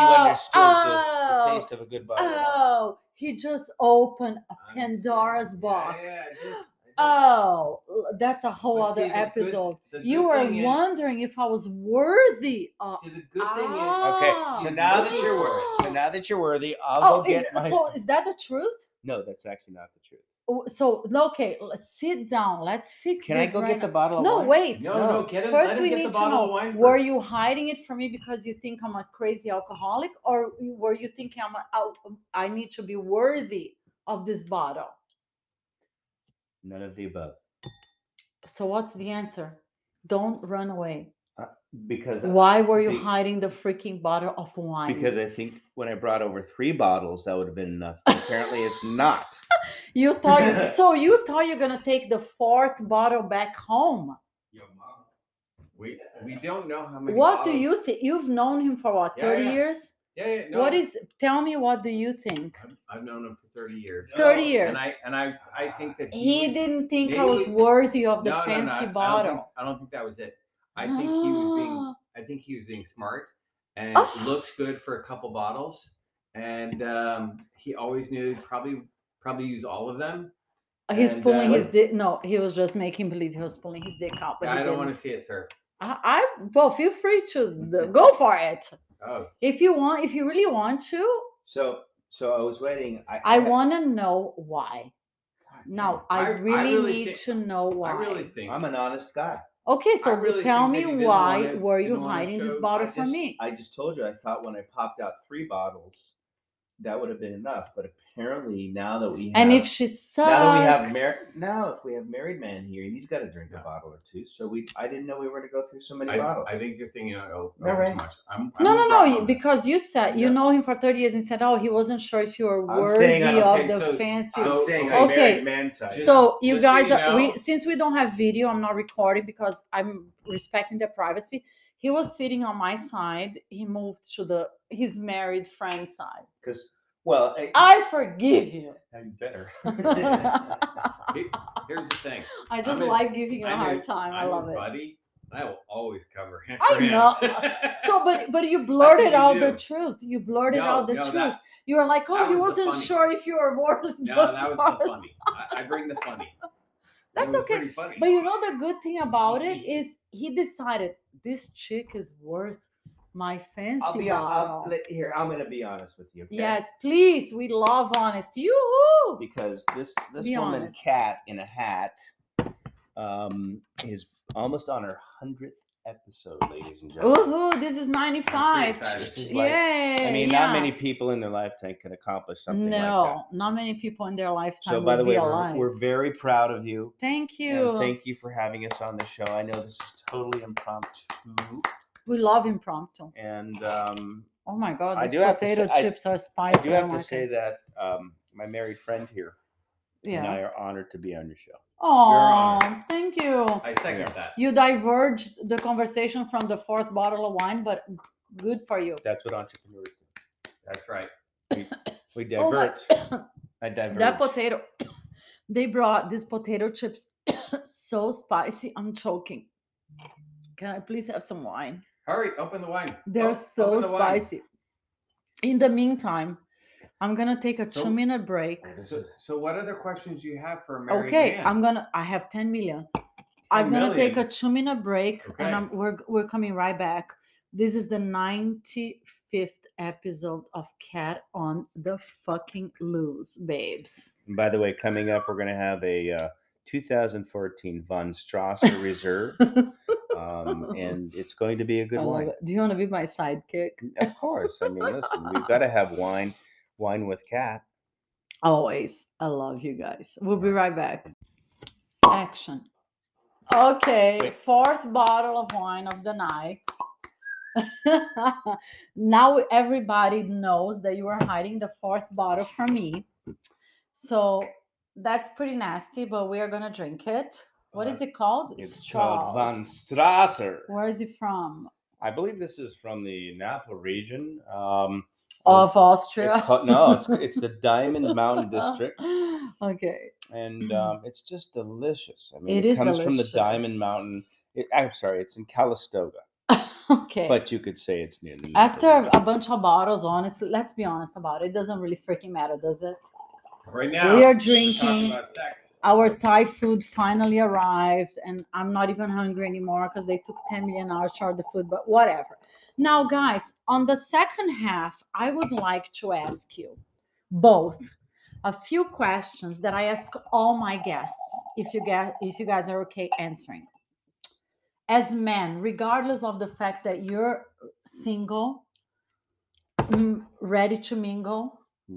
C: you
B: oh,
C: Oh, understood the, the taste of a good bottle. of wine.
B: Oh, he just opened a
A: I'm
B: Pandora's
A: saying, yeah,
B: box.
A: yeah, I did, I did.
B: Oh, l- that's a whole
A: But see,
B: other
A: the good-
B: episode.
A: The
B: you
A: good
B: were
A: thing is-
B: wondering if I was worthy of.
A: See, the good thing is,
B: Ah.
C: Okay,
B: Oh.
C: so now that you're worthy, so
B: Oh.
C: now that you're worthy, I'll
B: Oh,
C: go
B: is,
C: get my.
B: so is that the truth?
C: no, that's actually not the truth.
B: Oh, So okay, let's sit down. Let's fix.
C: Can I
B: this
C: go
B: right
C: get
B: now.
C: the bottle? of
B: No,
C: wine?
B: wait.
A: no,
C: No.
A: no, get him, let
B: First,
A: him
B: we
A: get
B: need
A: the
B: to
A: bottle of
B: know:
A: wine.
B: were
A: first.
B: you hiding it from me because you think I'm a crazy alcoholic, or were you thinking I'm a, out? I need to be worthy of this bottle?
C: None of the above.
B: So what's the answer? Don't run away.
C: Because
B: Why were you
C: Be-
B: hiding the freaking bottle of wine?
C: because I think when I brought over three bottles, that would have been enough. but Apparently, it's not.
B: you thought.
A: <laughs>
B: you- so you thought you're gonna take the fourth bottle back home.
A: We we don't know how many.
B: What do
A: bottles-
B: you think? You've known him for what?
A: Yeah,
B: Thirty
A: yeah.
B: years.
A: Yeah, yeah, no.
B: What is? Tell me. What do you think?
A: I've- I've known him for thirty years.
B: 30 years.
A: And I and I I think that
B: He
A: was-
B: didn't think I
A: he
B: was
A: was-
B: worthy of the
A: No, no, no, I- I
B: fancy
A: don't
B: bottle.
A: think- I don't think that was it. I think he was being
B: Ah,
A: I think he was being smart and
B: Oh.
A: looks good for a couple bottles. And um, he always knew he'd probably probably use all of them.
B: Ah. He's
A: and,
B: pulling
A: uh,
B: his dick. No, he was just making believe he was pulling his dick out. But
A: I
B: he
A: don't want to
B: didn't.
A: see it, sir.
B: I, I well, feel free to the, go for it
A: Oh,
B: if you want. If you really want to,
C: So, so I was waiting. I,
B: I
C: had-
B: want to know why.
C: God damn
B: Now
C: it.
B: I
A: I- I
B: really,
A: really
B: need
A: thi-
B: to know why.
A: I really think
C: I'm an honest guy.
B: Okay, so
A: really
B: tell
A: think
B: me
A: that he didn't
B: why
A: want it-
B: were you
A: didn't want it
B: hiding this
A: showed.
B: bottle
C: I
B: from
C: just-
B: me?
C: I just told you I thought when I popped out three bottles, that would have been enough. But apparently now that we have,
B: and if she sucks,
C: now that we have mar- now if we have married man here, he's got to drink
A: Yeah.
C: a bottle or two. So we I didn't know we were going to go through so many
A: I,
C: bottles.
A: I think you're thinking oh,
C: No, right.
A: too much. I'm,
B: no,
A: I'm
B: no,
A: with
B: no,
A: Rob
B: you-
A: on this.
B: because you said you
A: Yeah.
B: know him for thirty years and said, oh, he wasn't sure if you were
C: I'm staying
B: worthy
C: on-
A: okay,
B: of the
A: so-
B: fancy.
A: so-
C: I'm staying
A: okay.
C: on married man side.
A: Just-
B: So you
A: just so
B: guys
A: you
B: are we
A: know-
B: since we don't have video, I'm not recording because I'm respecting their privacy. He was sitting on my side. He moved to the his married friend's side.
C: Because well, I,
B: I forgive you.
C: I'm
B: <laughs>
C: better.
B: I
A: Here's the thing. his-
B: just like giving you a
A: I'm
B: hard
A: his-
B: time. I
A: I'm
B: love
A: his
B: it.
A: buddy. and I will always cover him.
B: I
A: for him.
B: know. <laughs> So, but but you blurted
A: you
B: out the
A: do.
B: truth. You blurted
A: No,
B: out the
A: no,
B: truth.
A: that-
B: you were like,
A: that
B: oh, he
A: was the
B: wasn't
A: funny-
B: sure if you were worse.
A: no, that was the funny. I, I bring the funny. That
B: <laughs> That's
A: was
B: okay.
A: pretty funny.
B: But you know the good thing about it is he decided this chick is worth my fancy
C: I'll be
B: bottle.
C: I'll, let- here. I'm going to be honest with you. okay?
B: Yes, please. We love honesty. You
C: because this this
B: Be
C: woman
B: honest.
C: cat in a hat um is almost on her hundredth episode, ladies and gentlemen.
B: Ooh, this is 95.
A: excited.
C: This is like-
B: Yay.
C: I mean,
B: yeah.
C: not many people in their lifetime can accomplish something
B: No,
C: like that.
B: not many people in their lifetime
C: So,
B: will
C: by the
B: be
C: way,
B: alive.
C: we're, we're very proud of you,
B: Thank you.
C: and thank you for having us on the show. I know this is totally impromptu,
B: we love impromptu.
C: and um,
B: Oh my god,
C: I
B: these
C: do have to
B: potato
C: say- I-
B: chips are
C: I
B: spicy.
C: do
B: I
C: have
B: like
C: to say
B: it.
C: that um, my married friend here and
B: yeah.
C: I are honored to be on your show.
B: Oh,
A: honored.
B: thank you.
A: I second that.
B: You diverged the conversation from the fourth bottle of wine, but g- good for you.
C: That's what entrepreneurs do.
A: That's right.
C: We
B: Oh my-
C: divert.
B: <coughs>
C: I divert.
B: that
C: <laughs>
B: potato, <coughs> they brought these potato chips <coughs> so spicy. I'm choking. Can I please have some wine?
A: Hurry, open the wine.
B: They're
A: Oh,
B: so
A: open the wine.
B: spicy. In the meantime, I'm gonna take a
A: So-
B: two minute break.
A: So, so what other questions do you have for a married
B: Okay,
A: man?
B: I'm gonna. I have 10 million.
A: 10
B: I'm gonna take a
A: million?
B: two minute break,
A: Okay.
B: and I'm, we're we're coming right back. This is the 95th episode of Cat on the fucking loose,
A: <laughs>
B: babes.
C: And by the way, coming up, we're going to have a uh, 2014
B: <laughs>
C: von Strasser Reserve, um, and it's going to be a good
B: I love
C: wine.
B: it. Do you want to be my sidekick?
C: Of course. I mean, listen, we've got to have wine, wine with cat.
B: Always. I love you guys. We'll be right back. Action. Okay,
C: Wait.
B: fourth bottle of wine of the night. <laughs> now everybody knows that you are hiding the fourth bottle from me. So that's pretty nasty, but we are going to drink it. What is
C: Uh,
B: it called?
C: It's called von
B: Strauss.
C: Strasser.
B: Where is it from?
C: I believe this is from the Napa region. Um,
B: Of Austria.
C: it's, it's called,
B: <laughs>
C: no, it's, it's the Diamond Mountain
B: Uh-huh.
C: District,
B: okay.
C: and um, it's just delicious. I mean,
B: Mm-hmm. It
C: it,
B: is
C: comes from the Diamond Mountain.
B: delicious.
C: It, I'm sorry, it's in Calistoga,
B: <laughs> okay.
C: but you could say it's near the Napa
B: After
C: region.
B: a bunch of bottles, honestly, let's be honest about it. It doesn't really freaking matter, does it?
A: right now.
B: we are
A: we're talking
B: drinking.
A: about sex.
B: Our Thai food finally arrived, and I'm not even hungry anymore because they took 10 million hours to order the food, but whatever. Now, guys, on the second half, I would like to ask you both a few questions that I ask all my guests if you get if you guys are okay answering. As men, regardless of the fact that you're single, mm, ready to mingle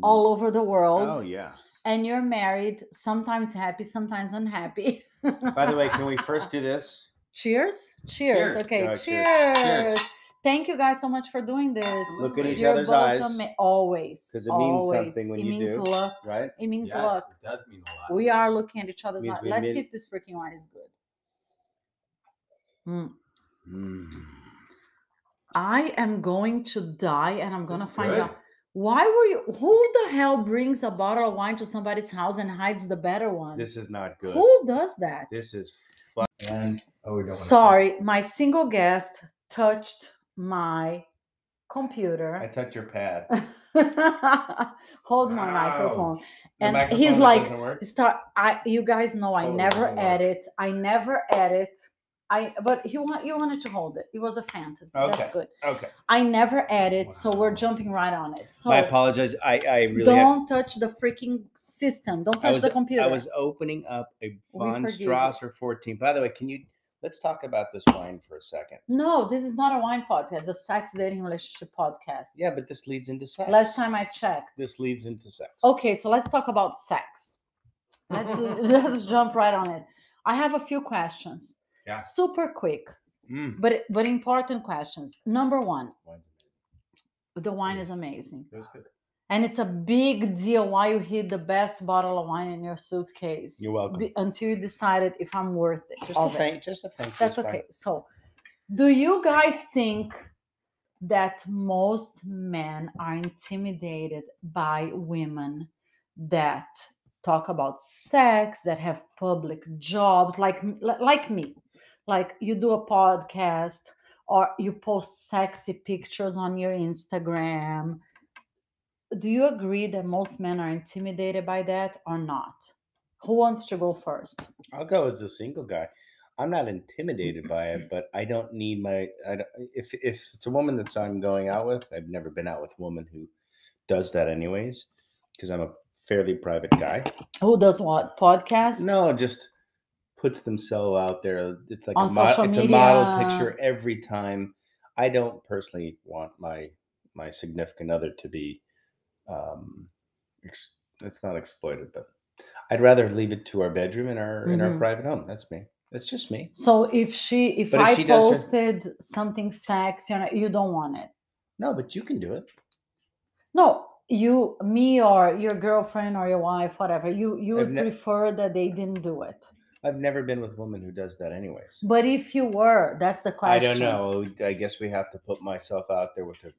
B: all over the world
C: Oh yeah.
B: and you're married, sometimes happy, sometimes unhappy. <laughs>
C: By the way, can we first do this?
B: cheers, cheers.
A: Cheers.
B: Okay,
C: Yeah,
B: cheers.
C: cheers.
B: Thank you guys so much for doing this.
C: Look at each
B: You're
C: other's
B: both
C: eyes,
B: ama- always,
C: 'cause it means something
B: always.
C: when
B: it
C: you
B: means
C: do.
B: luck.
C: Right?
B: It means
A: Yes,
B: luck.
A: it does mean a lot.
B: We are looking at each other's
C: Means
B: eyes.
C: we
B: Let's
C: made
B: see
C: it.
B: if this freaking wine is good. Mm. I am going to die, and I'm gonna
A: It's
B: find
A: good.
B: out. Why were you? Who the hell brings a bottle of wine to somebody's house and hides the better one?
C: This is not good.
B: Who does that?
C: This is fun.
A: Oh, we don't wanna-
B: Sorry, my single guest touched my
C: I
B: computer.
C: touched your pad.
B: <laughs> Hold my microphone. And he's like, Start. I. You guys know I
C: Totally
B: never
C: doesn't work.
B: edit. I never edit. I. But you want you wanted to hold it. It was a fantasy.
C: Okay.
B: That's good.
C: okay.
B: I never edit, so we're
A: Wow.
B: jumping right on it. So
C: I apologize. I I really have,
B: don't touch the freaking system. Don't
C: I
B: touch
C: was
B: the computer.
C: I was opening up a von
B: forgive you.
C: Strasser 14. By the way, can you Let's talk about this wine for a second.
B: No, this is not a wine podcast. A sex dating relationship podcast.
C: Yeah, but this leads into sex.
B: Last time I checked.
C: This leads into sex.
B: Okay, so let's talk about sex.
A: <laughs>
C: <laughs>
B: Let's <laughs> let's jump right on it. I have a few questions.
A: Yeah.
B: Super quick,
C: Mm.
B: but but important questions. Number one,
C: Wine's amazing.
B: the wine
C: Mm.
B: is amazing,
C: That was good.
B: and it's a big deal why you hid the best bottle of wine in your suitcase
C: You're welcome.
B: be- until you decided if I'm worth it.
C: just a
B: of it.
C: thank. Just a thank. you,
B: That's
C: it's fine.
B: okay. So, do you guys think that most men are intimidated by women that talk about sex, that have public jobs, like m- li- like me? Like you do a podcast or you post sexy pictures on your Instagram. Do you agree that most men are intimidated by that or not? Who wants to go first?
C: I'll go as the single guy. I'm not intimidated by it, but I don't need my. I don't, if if it's a woman that's I'm going out with, I've never been out with a woman who does that, anyways, because I'm a fairly private guy.
B: Who does what? Podcasts?
C: No, just puts themselves out there. It's like a
B: On
C: mo-
B: social
C: it's a model
B: media.
C: picture every time. I don't personally want my my significant other to be. Um, ex- it's not exploited, but I'd rather leave it to our bedroom and our in our
B: Mhm.
C: private home. That's me. That's just me.
B: So if she, if
C: But if
B: I
C: she does her-
B: posted something sexy, on it, you don't want it.
C: No, but you can do it.
B: No, you, me, or your girlfriend or your wife, whatever. You, you
C: I've
B: would
C: ne-
B: prefer that they didn't do it.
C: I've never been with a woman who does that, anyways.
B: But if you were, Mm, that's the
C: I
B: question.
C: don't know. I guess we have to put myself out there with a.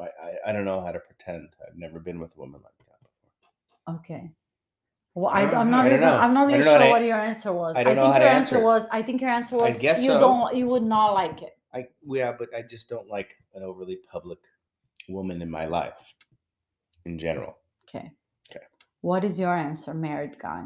C: I, I- I don't know how to pretend. I've never been with a woman like that. before.
B: Okay. Well,
A: I
B: I,
A: don't-
B: am not
C: I don't
B: even.
C: know.
B: I'm not
C: I
B: really
C: don't know
B: sure
C: how to-
B: what your answer was.
C: I don't know
B: think
C: how to
B: your answer
C: answer it.
B: was. I think your answer was.
C: guess
B: you
C: so.
B: don't. You would not like it.
C: I yeah, but I just don't like an overly public woman in my life, in general.
B: Okay.
C: Okay.
B: What is your answer, married guy?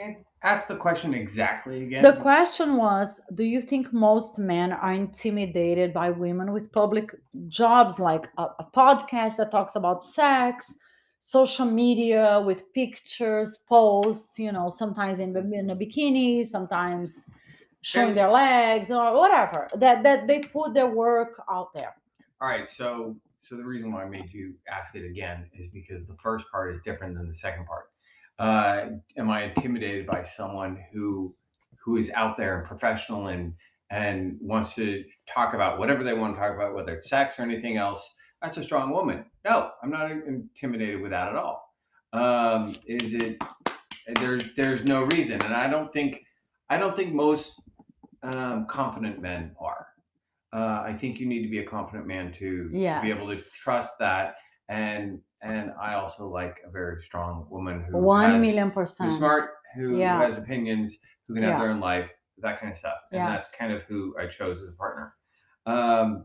A: And ask the question exactly again.
B: The question was Do you think most men are intimidated by women with public jobs, like a, a podcast that talks about sex, social media with pictures, posts, you know, sometimes in,
A: Mm-hmm.
B: b- in a bikini, sometimes showing
A: And-
B: their legs or whatever, that, that they put their work out there?
A: All right, so so the reason why I made you ask it again is because the first part is different than the second part. Uh, am I intimidated by someone who who is out there and professional and and wants to talk about whatever they want to talk about, whether it's sex or anything else? That's a strong woman. No, I'm not intimidated with that at all. Um, is it? There's there's no reason, and I don't think I don't think most um, confident men are. Uh, I think you need to be a confident man to, to be able to
B: Yes.
A: trust that. And and I also like a very strong woman who
B: One
A: has-
B: million percent.
A: who's smart, who
B: Yeah.
A: has opinions, who can have
B: Yeah.
A: their own life, that kind of stuff. And that's
B: Yes.
A: kind of who I chose as a partner. Um,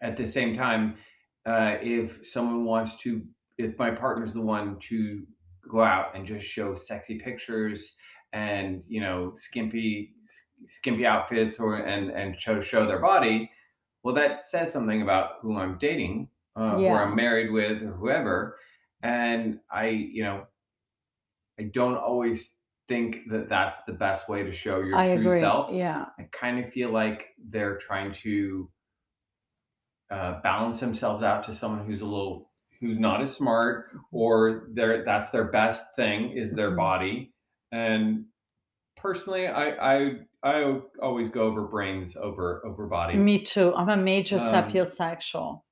A: at the same time, uh, if someone wants to, if my partner's the one to go out and just show sexy pictures and you know skimpy skimpy outfits or and and show show their body, well, that says something about who I'm dating, uh, who
B: Yeah.
A: I'm married with, or whoever. And I, you know, I don't always think that that's the best way to show your
B: I
A: true
B: agree.
A: self.
B: Yeah.
A: I kind of feel like they're trying to uh, balance themselves out to someone who's a little who's not as smart
B: Mm-hmm.
A: or their that's their best thing is their
B: Mhm.
A: body. And personally, I I I always go over brains over over body.
B: Me too. I'm a major
A: Um,
B: sapiosexual.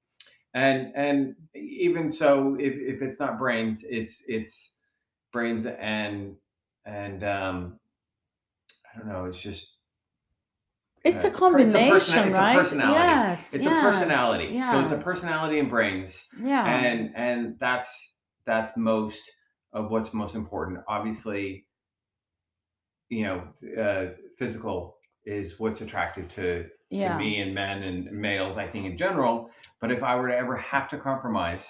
A: and and even so if, if it's not brains it's it's brains and and um i don't know it's just
B: It's
A: uh,
B: a
A: it's a person- it's a
B: combination, right?
A: personality.
B: Yes,
A: it's
B: yes,
A: a personality so it's a
B: yes. Oh.
A: personality and brains
B: Yeah.
A: and and that's that's most of what's most important obviously you know uh, physical is what's attractive to
B: yeah.
A: to me and men and males, I think in general. But if I were to ever have to compromise,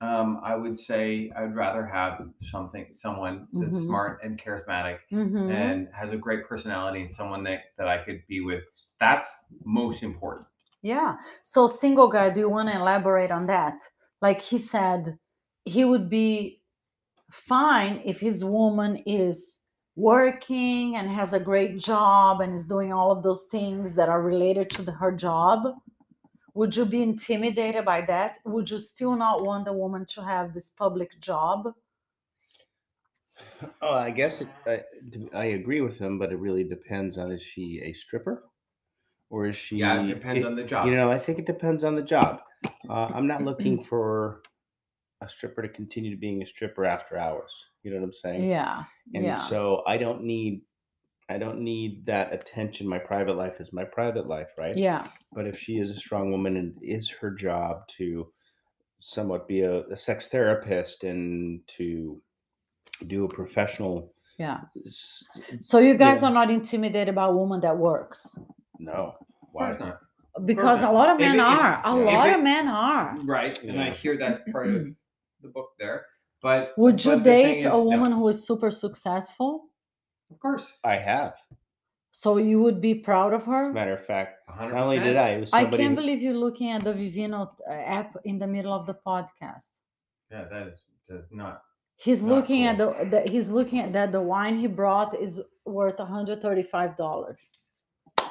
A: um, I would say I'd rather have something, someone that's
B: Mhm.
A: smart and charismatic
B: Mhm.
A: and has a great personality and someone that, that I could be with. That's most important.
B: Yeah. So, single guy, do you want to elaborate on that? Like he said, he would be fine if his woman is working and has a great job and is doing all of those things that are related to the, her job would you be intimidated by that would you still not want the woman to have this public job
C: Oh, I guess it, I, d- I agree with him, but it really depends on is she a stripper or is she?
A: Yeah, it depends
C: it-
A: on the job.
C: You know, I think it depends on the job. Uh, I'm not <clears throat> looking for a stripper to continue being a stripper after hours. You know what I'm saying?
B: yeah
C: And
B: yeah
C: so I don't need, I don't need that attention. My private life is my private life, right?
B: yeah
C: But if she is a strong woman and it is her job to somewhat be a, a sex therapist and to do a professional
B: yeah
C: s-
B: so you guys
C: Yeah.
B: are not intimidated by a woman that works
C: no
A: Of course
C: why
A: not.
B: because a
A: not.
B: lot of
A: If
B: men
A: it- if-
B: are a
C: yeah. If
B: lot
A: it-
B: of men are
A: Right. And I
C: Yeah.
A: hear that's part of the book there. But
B: would
A: but
B: you
A: the thing
B: date
A: is-
B: a
A: no,
B: woman who is super successful
A: Of course.
C: i have
B: so you would be proud of her
C: matter of fact
A: 100%.
C: not only did i it was
B: I
C: somebody
B: can't
C: who-
B: believe you're looking at the Vivino uh, app in the middle of the podcast.
A: Yeah, that is, that is not.
B: He's
A: Not
B: looking at the, the he's looking at that the wine he brought is worth $135.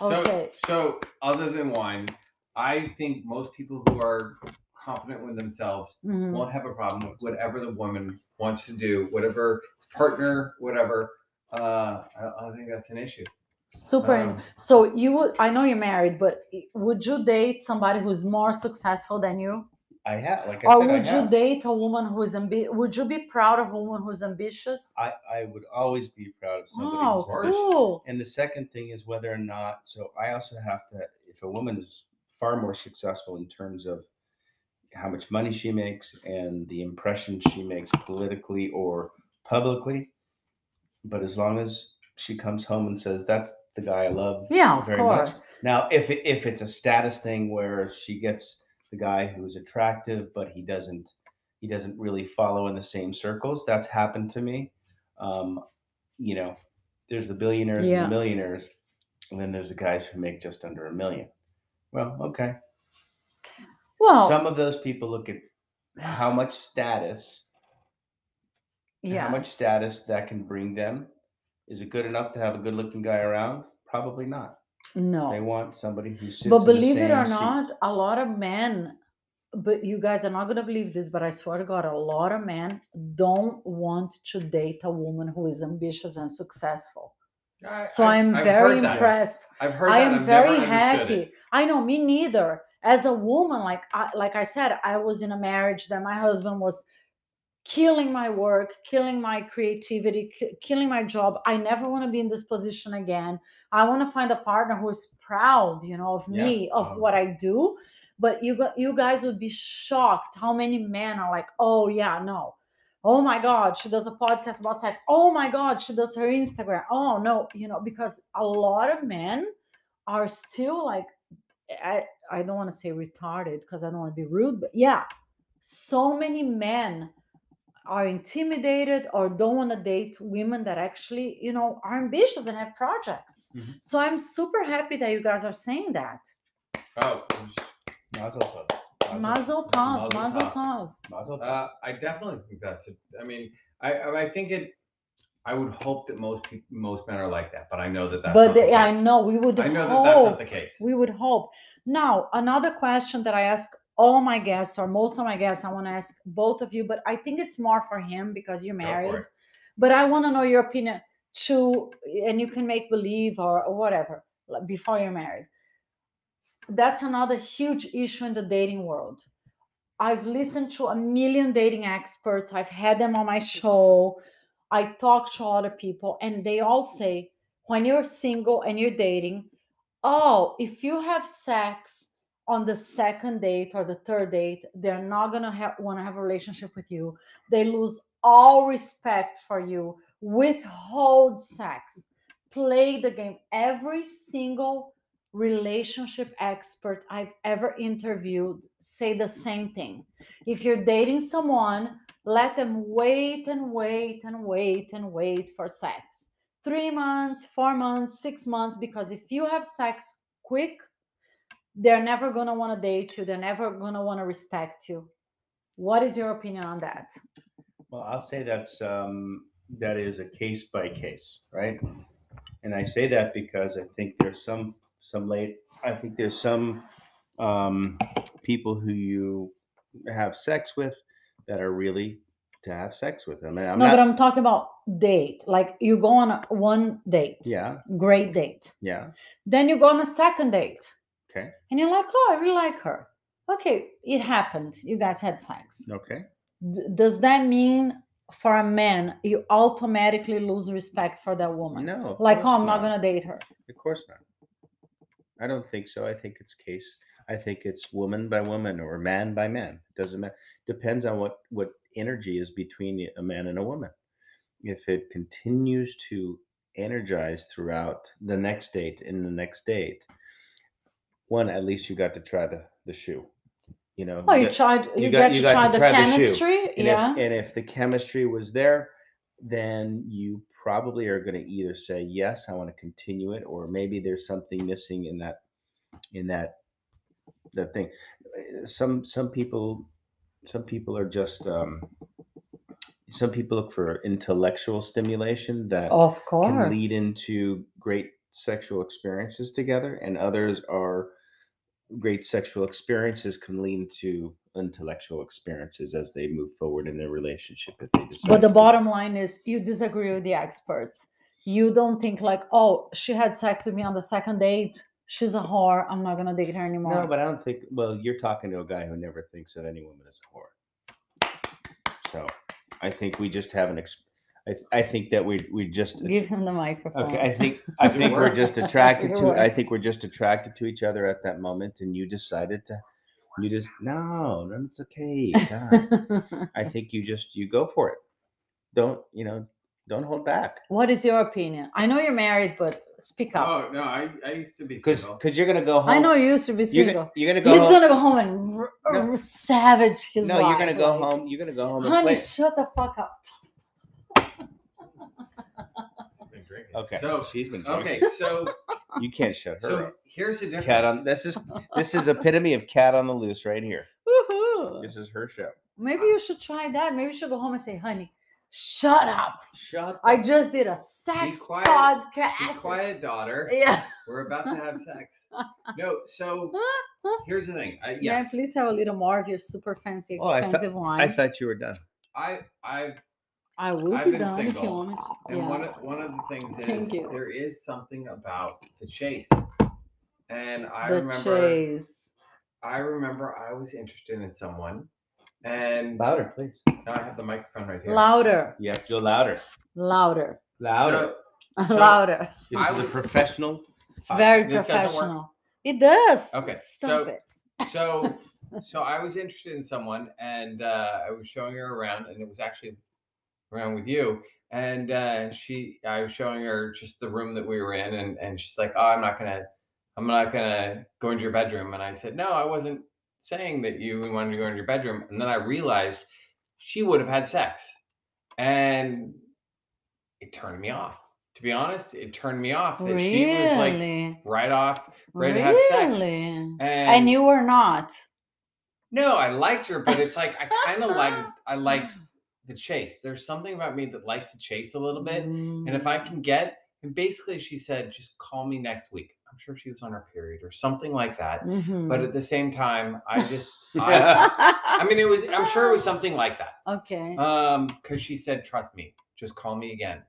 B: Okay.
A: So, so, other than wine, I think most people who are confident with themselves
B: Mhm.
A: won't have a problem with whatever the woman wants to do, whatever its partner, whatever. Uh, I, I don't think that's an issue.
B: Super. in-
A: Um,
B: so you would I know you're married, but i- would you date somebody who's more successful than you?
C: i have like i
B: Or
C: said
B: would
C: I,
B: you
C: have.
B: date a woman who is ambi- would you be proud of a woman who's ambitious?
C: I I would always be proud of somebody
B: Wow,
C: who's ambitious.
B: cool.
C: and the second thing is whether or not so i also have to if a woman is far more successful in terms of how much money she makes and the impression she makes politically or publicly but as long as she comes home and says that's the guy i love
B: Yeah, of
C: very much.
B: course.
C: Now, if it, if it's a status thing where she gets the guy who's attractive, but he doesn't he doesn't really follow in the same circles, that's happened to me. Um, you know, there's the billionaires and
B: Yeah.
C: the millionaires, and then there's the guys who make just under a million. Well, okay.
B: Well,
C: Some of those people look at how much status,
B: yeah.
C: how much status that can bring them. Is it good enough to have a good-looking guy around? Probably not.
B: No.
C: They want somebody who sits.
B: Oh. but
C: in the
B: believe it
C: same
B: or
C: seat.
B: not a lot of men but you guys are not going to believe this but i swear to god a lot of men don't want to date a woman who is ambitious and successful
A: I,
B: so
A: I-
B: I, am
A: I've
B: very
A: heard that.
B: impressed
A: I've heard
B: i
A: that.
B: am
A: I've never
B: very
A: understood
B: happy
A: it.
B: i know me neither as a woman like i like i said i was in a marriage that my husband was killing my work killing my creativity ki- killing my job i never want to be in this position again i want to find a partner who is proud you know of
C: Yeah.
B: me of
A: Um,
B: what i do but you gu- you guys would be shocked how many men are like oh yeah no oh my god she does a podcast about sex oh my god she does her instagram oh no you know because a lot of men are still like i, I don't want to say retarded because i don't want to be rude but yeah so many men are intimidated or don't want to date women that actually you know are ambitious and have projects
C: Mhm.
B: so i'm super happy that you guys are saying that
A: Oh, it was-
C: Mazel tov.
B: mazel tov
A: Mazel
B: mazel
A: tov.
B: tov
C: Mazel tov.
A: Uh, I definitely think that's. it. I mean, I I I think it. I would hope that most people, most men are like that, but I know that that's.
B: but
A: not the
B: they- i
A: case.
B: know we would
A: I know that
B: hope
A: that's not the case.
B: We would hope. Now, another question that I ask all my guests, or most of my guests, I want to ask both of you, but I think it's more for him because you're
A: Go for
B: married.
A: it.
B: But I want to know your opinion too, and you can make believe or, or whatever like, before you're married. That's another huge issue in the dating world. I've listened to a million dating experts, I've had them on my show, I talk to other people, and they all say when you're single and you're dating, oh, if you have sex on the second date or the third date, they're not gonna have wanna have a relationship with you. They lose all respect for you, withhold sex, play the game. Every single relationship expert I've ever interviewed say the same thing. If you're dating someone, let them wait and wait and wait and wait for sex three months, four months, six months, because if you have sex quick, they're never gonna want to date you. They're never gonna want to respect you. What is your opinion on that?
C: well, I'll say that's um, that is a case by case, right? And I say that because I think there's some some late. I think there's some um, people who you have sex with that are really to have sex with. I mean, I'm
B: no,
C: not.
B: but I'm talking about date. Like you go on a one date,
C: yeah,
B: great date.
C: yeah,
B: Then you go on a second date.
C: Okay.
B: And you're like, oh, I really like her. Okay, it happened. You guys had sex.
C: okay.
B: D- does that mean for a man you automatically lose respect for that woman?
C: No, of
B: Like, oh,
C: course
B: I'm not gonna date her.
C: Of course not. I don't think so. I think it's case. I think it's woman by woman or man by man. Doesn't matter. Depends on what what energy is between a man and a woman. If it continues to energize throughout the next date and the next date, one at least you got to try the the shoe. You know.
B: Oh, you
C: got-
B: tried. You,
C: you got-
B: get
C: you
B: to
C: got
B: try
C: to
B: the
C: try the shoe.
B: chemistry.
C: and
B: yeah.
C: if and if the chemistry was there, then you probably are going to either say yes, I want to continue it, or maybe there's something missing in that in that that thing. Uh, Some some people some people are just um, some people look for intellectual stimulation that
B: of course.
C: can lead into great sexual experiences together, and others are great sexual experiences can lead to intellectual experiences as they move forward in their relationship if they decide.
B: But the
C: to do-
B: bottom line is you disagree with the experts. You don't think like, oh, she had sex with me on the second date. She's a whore. I'm not gonna date her anymore.
C: No, but I don't think. Well, you're talking to a guy who never thinks of any woman as a whore. So, I think we just haven't. Ex- I, th- I think that we we just
B: give him the microphone.
C: Okay, I
B: <laughs>
C: think I
A: It
C: think we're just
B: Um,
C: attracted
B: It
C: to I
B: works.
C: think we're just attracted to each other at that moment, and you decided to you just no, no, it's okay. God. I think you just you go for it. Don't you know? Don't hold back
B: <laughs> what is your opinion? I know you're married, but speak up.
A: Oh no, I, I used to be
C: because
A: single.
C: because you're gonna go home.
B: I know you used to be
C: you're,
B: single.
C: gonna, you're gonna go
B: He's
C: home.
B: gonna go home and r-
C: No.
B: r- savage his
C: no, you're
B: wife,
C: gonna go
B: like,
C: home. You're gonna go home and
B: Honey,
C: play.
B: shut the fuck up.
A: I've been drinking.
C: Okay,
A: So
C: she's been
A: okay,
C: drinking.
A: so
C: You can't shut <laughs> her.
A: so
C: up.
A: here's the difference.
C: Cat on
B: <laughs>
C: this is this is epitome of cat on the loose right here.
B: Woohoo.
C: This is her show.
B: Maybe you should try that. Maybe you should go home and say, honey, shut up.
C: Shut.
B: I
C: the-
B: just did a sex
A: quiet. Be
B: podcast.
A: quiet, <laughs> daughter.
B: Yeah.
A: We're about to have
B: <laughs>
A: sex. No, so here's the thing. I,
B: May I
A: yes,
B: please have a little more of your super fancy,
C: Oh, I thought-
B: expensive wine?
C: I thought you were done.
A: I I
B: I will
A: I've
B: be
A: been
B: done if you
A: single,
B: want me to.
A: And
B: Yeah.
A: one of, one of the things
B: Thank
A: is
B: you.
A: there is something about the chase. And I
B: the
A: remember
B: chase.
A: I remember I was interested in someone and now
C: Louder, please.
A: I have the microphone right here.
B: Louder,
C: You have to go louder.
B: louder,
C: Louder.
A: So-
B: <laughs> louder.
C: this
A: I
C: is a
A: would-
C: professional. podcast.
B: Very
A: this doesn't work?
B: professional. It does.
A: Okay,
B: Stop
A: so-
B: it.
A: so so I was interested in someone and uh, I was showing her around and it was actually around with you and uh, she I was showing her just the room that we were in and and she's like oh I'm not gonna I'm not gonna go into your bedroom and I said no I wasn't saying that you wanted to go into your bedroom and then I realized she would have had sex and it turned me off to be honest it turned me off that she was like
B: Really?
A: right off ready to have sex and,
B: really? And you were not.
A: no, I liked her, but it's like I kind of liked I liked the chase. There's something about me that likes the chase a little bit, and if
B: Mm-hmm.
A: I can get and basically she said, just call me next week. I'm sure she was on her period or something like that.
B: Mm-hmm.
A: But <laughs> at the same time, I just I, I mean it was I'm sure it was something like that.
B: <laughs> okay.
A: Um, because she said, trust me, just call me again.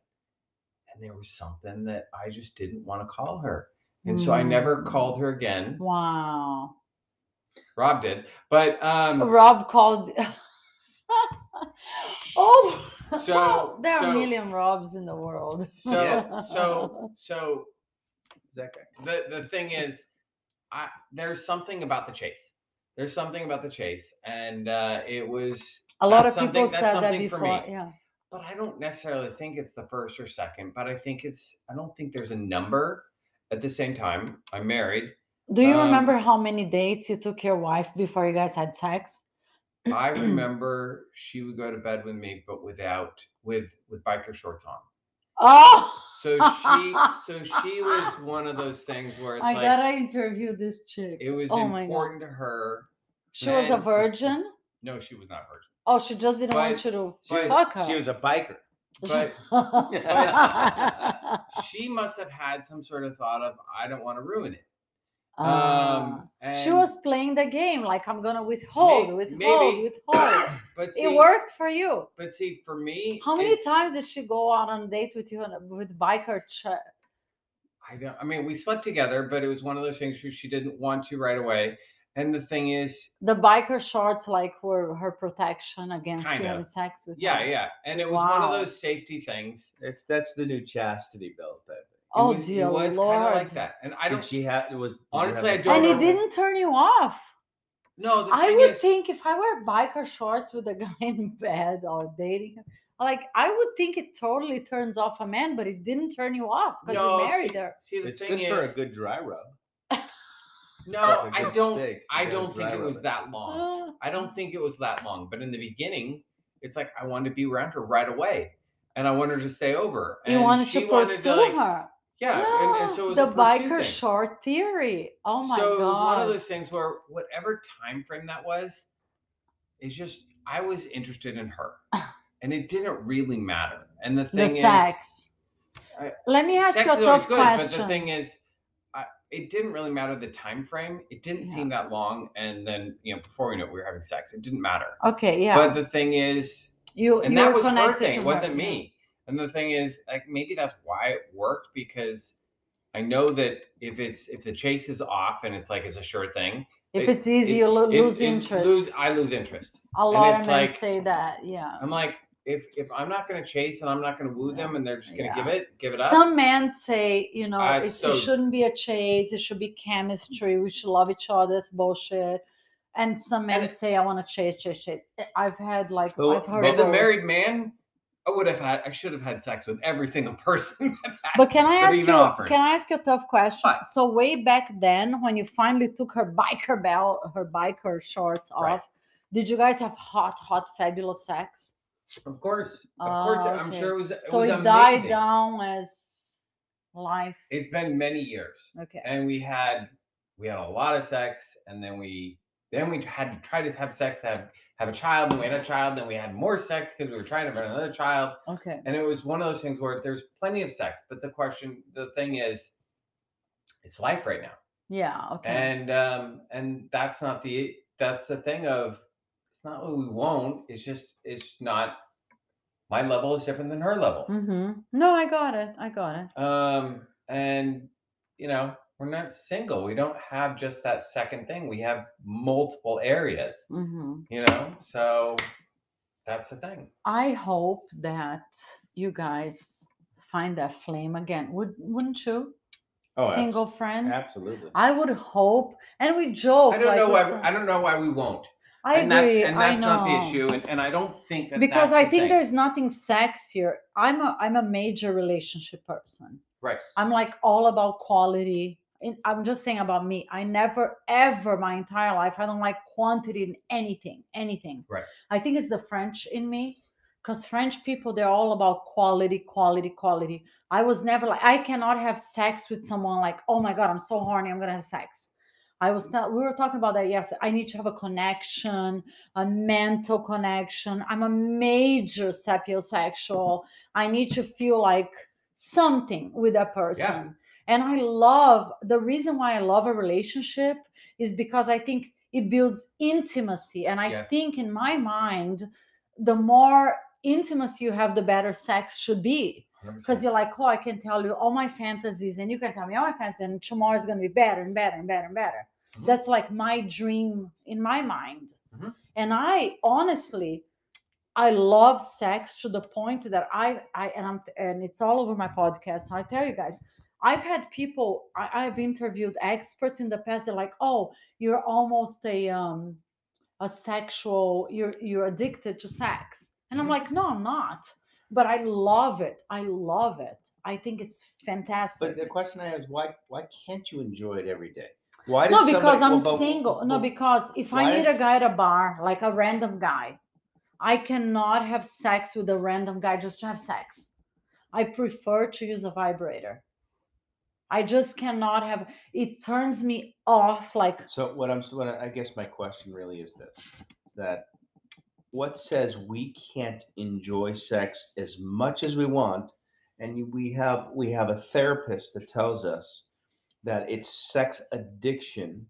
A: And there was something that I just didn't want to call her. And so I never
B: Mm.
A: called her again.
B: Wow.
A: Rob did, but um,
B: Rob called. <laughs> oh,
A: So-
B: there
A: so-
B: are a million Robs in the world.
A: So so so
C: Is that guy?
A: the the thing is, I there's something about the chase. There's something about the chase, and uh, it was
B: a lot
A: that's
B: of people
A: something- that's
B: said that
A: something for
B: before.
A: me.
B: Yeah.
A: But I don't necessarily think it's the first or second. But I think it's. I don't think there's a number. At the same time, I'm married.
B: Do you
A: Um,
B: remember how many dates you took your wife before you guys had sex? <clears throat>
A: I remember she would go to bed with me, but without with with biker shorts on.
B: Oh,
A: So
B: <laughs>
A: she so she was one of those things where it's
B: I
A: like
B: gotta interview this chick.
A: it was
B: oh my God.
A: important to her.
B: She was a
A: man.
B: virgin.
A: No, she was not virgin.
B: Oh, she just didn't
A: But
B: want you to
C: She was,
B: fuck her.
C: she was a biker.
B: <laughs>
A: But
B: Ah,
A: she must have had some sort of thought of, I don't want to ruin it. um,
B: Ah. she
A: and-
B: was playing the game like I'm gonna withhold,
A: May-
B: withhold,
A: maybe-
B: withhold.
A: <coughs> But see,
B: it worked for you.
A: But see, for me,
B: How many
A: it's-
B: times did she go out on a date with you and with biker? Ch-
A: I don't. I mean, we slept together, but it was one of those things where she didn't want to right away. And the thing is,
B: the biker shorts like were her protection against you
A: Kinda.
B: having sex with
A: yeah,
B: her.
A: yeah. And it was one of
B: Wow.
A: those safety things.
D: It's that's the new chastity belt. I think.
A: It
B: Oh
A: was,
B: dear
A: it was
B: lord!
A: kind of like that. And I
D: Did
A: don't.
D: she have? It was did you
A: Honestly,
D: have
A: I
D: a
A: don't
B: And it
A: remember.
B: didn't turn you off.
A: No, the
B: I
A: thing
B: would
A: is,
B: think if I wear biker shorts with a <laughs> guy in bed or dating, him, like I would think it totally turns off a man, but it didn't turn you off because
A: no.
B: you married
A: see,
B: her.
A: see, the
D: It's
A: thing
D: good for a
A: is,
D: good dry rub.
A: no,
D: It's like a
A: I
D: good
A: don't.
D: steak. You
A: I
D: gotta
A: don't think
D: dry
A: it
D: rub
A: was that long.
B: Ah.
A: I don't think it was that long, but in the beginning, it's like I wanted to be around her right away, and I wanted her to stay over.
B: <gasps> You
A: and
B: wanted
A: she
B: to
A: wanted
B: pursue
A: like-
B: her.
A: Yeah, and,
B: <gasps>
A: and so it was
B: the
A: a pursuit
B: biker
A: thing.
B: short theory. Oh my
A: so
B: god!
A: it was one of those things where whatever time frame that was, it's just I was interested in
B: <sighs>
A: her, and it didn't really matter. And the thing
B: the
A: is,
B: sex.
A: I-
B: Let me ask
A: sex
B: you a
A: is always
B: tough
A: good,
B: question.
A: but the thing is, I, it didn't really matter the time frame. It didn't
B: Yeah.
A: seem that long, and then you know, before we knew it, we were having sex. It didn't matter.
B: okay, yeah,
A: But the thing is,
B: you
A: and
B: you
A: that
B: were
A: was her
B: connected
A: thing.
B: to
A: It
B: her,
A: wasn't
B: yeah.
A: me. And the thing is, like maybe that's why it worked because I know that if it's if the chase is off and it's like it's a sure thing,
B: If
A: It-
B: it's easy,
A: it-
B: you lo-
A: it-
B: lose
A: it
B: interest.
A: lose- I lose interest.
B: a lot of
A: it's
B: men
A: like-
B: say that. Yeah.
A: I'm like, if if I'm not gonna chase and I'm not gonna woo them and they're just gonna give it, give it up.
B: Some men say, you know,
A: Ah,
B: it,
A: it's
B: it
A: so-
B: shouldn't be a chase. It should be chemistry. We should love each other. It's bullshit. And some men
A: it-
B: say, I want to chase, chase, chase. I- I've had like,
D: But
B: I've heard
A: As a
B: both.
A: married man, I would have had I should have had sex with every single <laughs> person.
B: But can I
A: that
B: ask
A: even
B: you?
A: offered.
B: Can I ask you a tough question?
A: Fine.
B: So way back then, when you finally took her biker belt, her biker shorts off,
A: Right.
B: did you guys have hot, hot, fabulous sex?
A: of course. Of course.
B: Ah,
A: I'm
B: okay.
A: sure it was it
B: so
A: was
B: it died
A: amazing.
B: down as life.
A: It's been many years.
B: okay.
A: And we had we had a lot of sex and then we then we had to try to have sex to have, have a child, then we had a child, then we had more sex because we were trying to have another child.
B: Okay.
A: And it was one of those things where there's plenty of sex, but the question, the thing is, it's life right now,
B: Yeah. Okay.
A: and um, and that's not the that's the thing of it's not what we won't. It's just it's not my level is different than her level,
B: Mm-hmm. No, I got it. I got it.
A: um, and you know we're not single. We don't have just that second thing. We have multiple areas,
B: Mm-hmm.
A: you know. So that's the thing.
B: I hope that you guys find that flame again. Would wouldn't you?
C: Oh, abs-
B: Single friend.
C: Absolutely.
B: I would hope, and we joke.
A: I don't
B: Oh, like,
A: know why
B: listen,
A: I don't know why we won't.
B: I
A: and
B: agree.
A: that's and that's
B: I know.
A: not the issue and, and i don't think that
B: because
A: that's
B: I
A: the
B: think
A: thing.
B: there's nothing sexier. I'm a I'm a major relationship person.
A: Right.
B: I'm like all about quality. And I'm just saying about me. I never ever my entire life I don't like quantity in anything, anything.
A: Right.
B: I think it's the French in me cuz French people they're all about quality, quality, quality. I was never like I cannot have sex with someone like, "Oh my god, I'm so horny, I'm going to have sex." I was not, we were talking about that yesterday. I need to have a connection a mental connection. I'm a major sapiosexual. I need to feel like something with that person. And I love the reason why I love a relationship is because I think it builds intimacy. And I
A: Yes.
B: think in my mind, the more intimacy you have, the better sex should be.
A: 100%.
B: Because you're like, oh, I can tell you all my fantasies, and you can tell me all my fantasies, and tomorrow is going to be better and better and better and better.
A: Mhm.
B: That's like my dream in my mind.
A: Mhm.
B: And I honestly, I love sex to the point that I, I and I'm, and it's all over my podcast. So I tell you guys, I've had people, I, I've interviewed experts in the past. They're like, oh, you're almost a um, a sexual. You're you're addicted to sex, and
D: Mm-hmm.
B: I'm
A: Mhm.
B: like, no, I'm not but I love it. I love it. I think it's fantastic.
D: But the question I have is why? Why can't you enjoy it every day? Why?
B: no,
D: does
B: because
D: somebody-
B: I'm
D: well, but-
B: single. No,
D: well,
B: because if I
D: why
B: meet
D: is-
B: a guy at a bar, like a random guy, I cannot have sex with a random guy just to have sex. I prefer to use a vibrator. I just cannot have it turns me off like
D: So what I'm, what I I guess my question really is this: is that what says we can't enjoy sex as much as we want and you- we have we have a therapist that tells us that it's sex addiction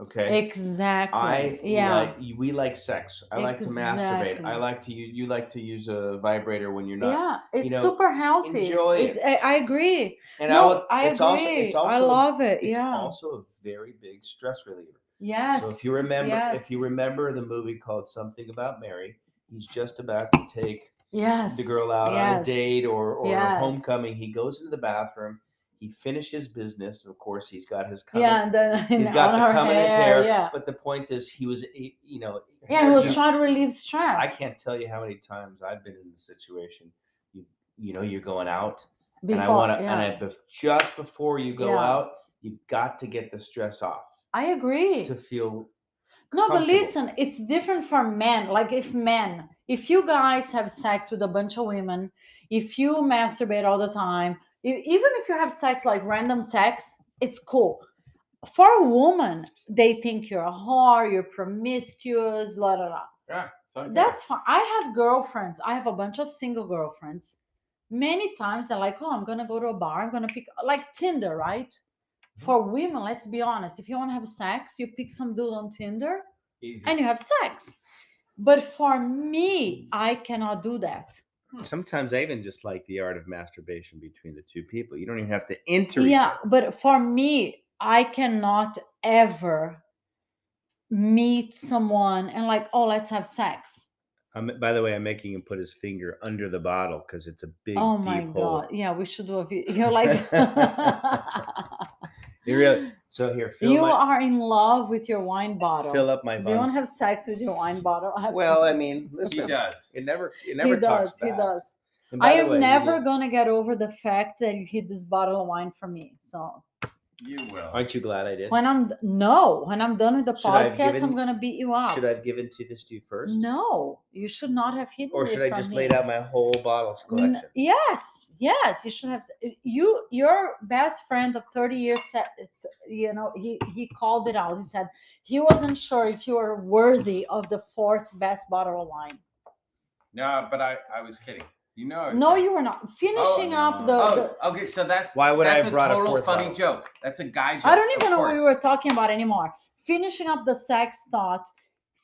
D: okay
B: Exactly.
D: I
B: yeah.
D: like we like sex. I like to masturbate.
B: Exactly.
D: I like to you you like to use a vibrator when you're not.
B: yeah, it's
D: know,
B: super healthy.
D: enjoy
B: it's, I, I agree.
D: And
B: no,
D: will-
B: I agree. I
D: a-
B: love it.
D: It's
B: yeah.
D: also a very big stress reliever.
B: yes.
D: So if you remember if you
B: yes,
D: remember the movie called Something About Mary, he's just about to take
B: yes,
D: the girl out on a
B: yes,
D: date or or
B: Yes.
D: homecoming. He goes into the bathroom. He finishes business. Of course, he's got his cum. in-
B: yeah, and then <laughs>
D: He's got
B: on
D: the
B: her
D: cum in his hair.
B: Yeah,
D: But the point is, he was, a- you know,
B: yeah, he was
D: you-
B: trying to relieve stress.
D: I can't tell you how many times I've been in the situation. You, you know, you're going out, and
B: before.
D: I want to,
B: yeah.
D: and I bef- just before you go
B: Yeah.
D: out, you've got to get the stress off
B: I agree.
D: to feel.
B: No, but
D: comfortable.
B: listen, it's different for men. Like if men, if you guys have sex with a bunch of women, if you masturbate all the time, e- even if you have sex like random sex, it's cool. For a woman, they think you're a whore, you're promiscuous, la la la.
A: Something.
B: That's fine. I have girlfriends. I have a bunch of single girlfriends. Many times they're like, oh, I'm going to go to a bar. I'm going to pick, like Tinder, right?
C: Mm-hmm.
B: For women, let's be honest. If you want to have sex, you pick some dude on Tinder
A: easy.
B: and you have sex. But for me, I cannot do that.
C: Sometimes I even just like the art of masturbation between the two people. You don't even have to enter. each
B: yeah,
C: other.
B: but for me, I cannot ever meet someone and like, oh, let's have sex.
C: I'm, by the way, I'm making him put his finger under the bottle because it's a big,
B: oh
C: deep
B: my
C: hole.
B: god! Yeah, we should do a video. <laughs> You're
C: <laughs>
B: like,
C: You
B: <gasps>
C: really
D: So here, fill
B: you
D: my,
B: are in love with your wine bottle.
C: fill up my.
B: do you want
C: buns.
B: to have sex with your wine bottle? <laughs> I have-
C: Well, I
A: he
C: mean, listen,
A: does.
C: it never, it
B: he
C: never talks
B: does. He
C: back.
B: does.
D: and by
B: I
D: the
B: am
D: way, you
B: never
D: did-
B: gonna get over the fact that you hid this bottle of wine from me. So
A: You will.
D: Aren't you glad I did?
B: When I'm d- no, when I'm done with the
D: Should I have
B: podcast, I'm
D: given-
B: gonna beat you up.
D: should I have given to this to you first,
B: No, you should not have hidden.
C: Or
B: it
C: should I
B: from
C: just
B: me.
C: lay out my whole bottle
B: N-
C: collection?
B: yes, yes, you should have. s- You, your best friend of 30 years, said, you know, he he called it out. He said he wasn't sure if you were worthy of the fourth best bottle of wine.
A: No, but I, I was kidding. You know. I was
B: No,
A: kidding.
B: you were not finishing
C: no,
B: up
C: no.
B: the.
A: Oh,
B: the-
A: okay. So that's
C: Why would I
A: that's
C: have brought
A: a
C: a
A: total
C: fourth
A: funny
C: bottle?
A: joke. That's a guy joke.
B: I don't
A: of
B: even know what we
A: course.
B: were talking about anymore. Finishing up the sex thought,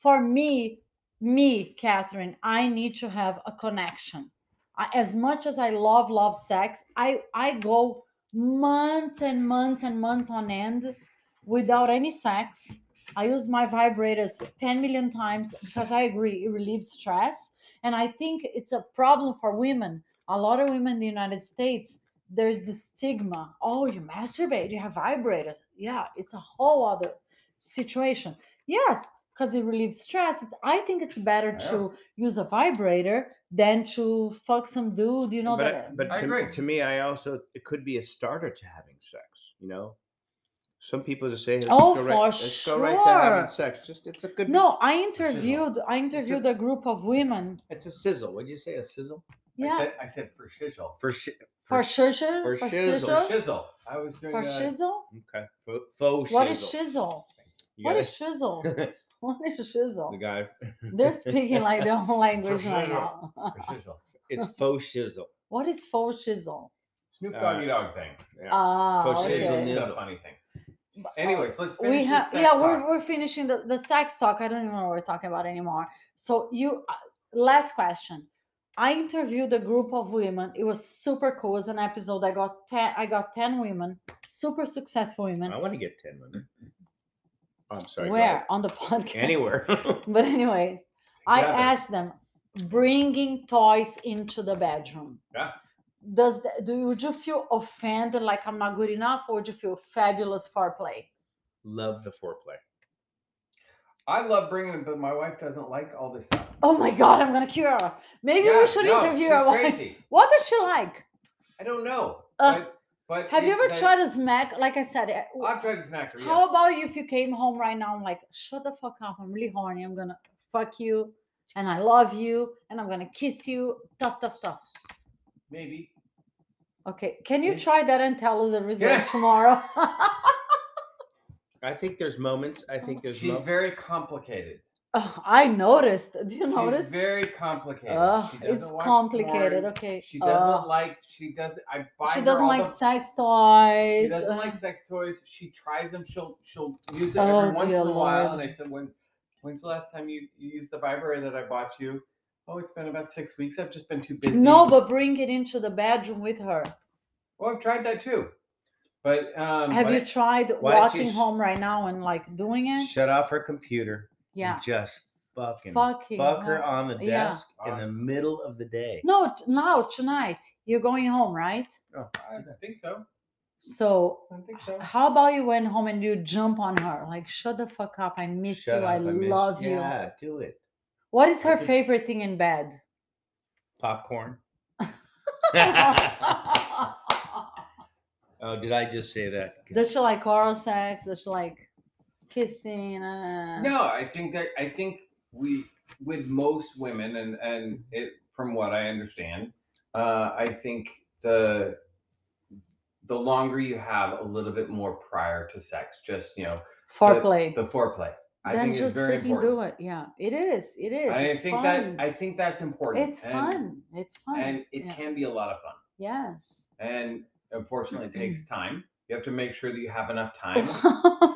B: for me, me, Catherine, I need to have a connection. I, as much as I love, love sex, I, I go months and months and months on end without any sex. I use my vibrators 10 million times because I agree it relieves stress. And I think it's a problem for women. A lot of women in the United States there's the stigma oh you masturbate you have vibrators yeah it's a whole other situation yes because it relieves stress it's, i think it's better
A: Yeah.
B: to use a vibrator than to fuck some dude you know
C: but I-
B: that
C: but
A: I
C: to,
A: agree.
C: to me, I also it could be a starter to having sex. You know, some people just say, "Let's
B: Oh,
C: go
B: for
C: right, let's go right to having
B: sure.
C: sex." Just it's a good
B: no i interviewed i
C: a-
B: interviewed a group of women
C: It's a sizzle. What'd you say? A sizzle
A: I
B: yeah
A: said, I said for shizzle.
C: for shi
B: for
C: for-
B: shizzle
C: for
B: for
C: shizzle,
A: For
B: shizzle
A: shizzle. I was doing.
B: for
A: a-
B: shizzle
C: Okay, faux, faux
B: what is
C: shizzle.
B: shizzle
C: You
B: what
C: gotta-
B: is shizzle what is
C: <laughs> the
B: shizzle
C: guy?
B: they're speaking like their own language right
A: shizzle.
B: now <laughs>
A: For shizzle.
C: <laughs> It's faux shizzle.
B: what is faux shizzle
A: Snoop
C: Uh,
A: Doggy Dog thing.
C: Yeah.
B: Ah,
C: For
A: It's
C: shizzle
B: okay.
C: nizzle.
A: a funny thing.
B: But, uh,
A: Anyways, let's finish
B: we
A: this
B: have
A: sex
B: yeah
A: talk.
B: we're, we're finishing the, the sex talk i don't even know what we're talking about anymore so you uh, last question i interviewed a group of women it was super cool it was an episode i got 10 i got 10 women super successful women
C: I want to get ten women. Oh, I'm sorry. go
B: where
C: ahead.
B: on the <laughs> podcast
C: Anywhere. <laughs>
B: but anyway i
A: Together.
B: asked them bringing toys into the bedroom
A: Yeah.
B: does that do you would you feel offended like i'm not good enough or would you feel fabulous foreplay
C: Love the foreplay.
A: I love bringing it, but my wife doesn't like all this stuff.
B: Oh my god, I'm gonna cure her. Maybe
A: Yeah,
B: we should
A: no,
B: interview
A: she's
B: her. What,
A: crazy.
B: <laughs> what does she like?
A: I don't know.
B: Ugh.
A: but, but
B: Uh, Have you
A: it-
B: ever
A: that-
B: tried a smack? Like I said, eh, w-
A: I've tried to smack her.
B: how
A: yes.
B: about if you came home right now? I'm like, shut the fuck up. I'm really horny. I'm gonna fuck you, and I love you, and I'm gonna kiss you. Tough, tough, tough.
A: maybe?
B: Okay, can you
A: Yeah.
B: try that and tell us the result
A: Yeah.
B: tomorrow? <laughs>
C: I think there's moments. I think there's.
A: She's
C: mo-
A: very complicated.
B: Oh, I noticed. Do you
A: She's
B: notice?
A: very complicated.
B: Ugh,
A: She doesn't
B: it's
A: watch
B: complicated.
A: porn.
B: Okay.
A: She doesn't
B: Ugh.
A: like. She doesn't. I buy
B: she
A: her
B: doesn't
A: all
B: like
A: the-
B: sex
A: She
B: toys. uh,
A: doesn't
B: Ugh.
A: like sex toys. She tries them. She'll she'll use it
B: um, Oh,
A: every once in
B: dear
A: a while.
B: Lord.
A: And I said, when when's the last time you, you used the vibrator that I bought you? Oh, it's been about six weeks. I've just been too busy.
B: no, but bring it into the bedroom with her.
A: well, I've tried that too. But um,
B: Have
A: but
B: you tried
D: why don't you
B: walking
D: sh-
B: home right now and like doing it?
D: Shut off her computer. and
B: yeah.
D: Just fucking
B: Fucking
D: fuck her
B: hell.
D: on the
B: Yeah.
D: desk in the middle of the day.
B: No, t- now tonight you're going home, right?
A: I think so.
B: So
A: I think so.
B: how about you went home and you jump on her? Like, shut the fuck up. I miss
D: Shut
B: you.
D: up,
B: I,
D: miss
B: love you.
D: Yeah, do it.
B: What is
A: I
B: her
A: think-
B: favorite thing
A: <laughs>
B: in bed? <laughs>
D: Popcorn. <laughs>
B: Does
D: oh, did I just say that?
B: she like oral sex? Does she like kissing? Uh,
A: No, I think that I think we with most women and and it from what I understand, uh, I think the the longer you have a little bit more prior to sex, just you know
B: foreplay.
A: the foreplay. I
B: then
A: think
B: just
A: it's very
B: freaking
A: important.
B: do it. Yeah, it is. It is.
A: I
B: it's
A: think
B: fun.
A: that I think that's important.
B: it's
A: and-
B: fun. It's fun.
A: and it
B: Yeah.
A: can be a lot of fun.
B: Yes.
A: And unfortunately, it
B: <clears throat>
A: takes time. You have to make sure that you have
B: <laughs>
A: enough time.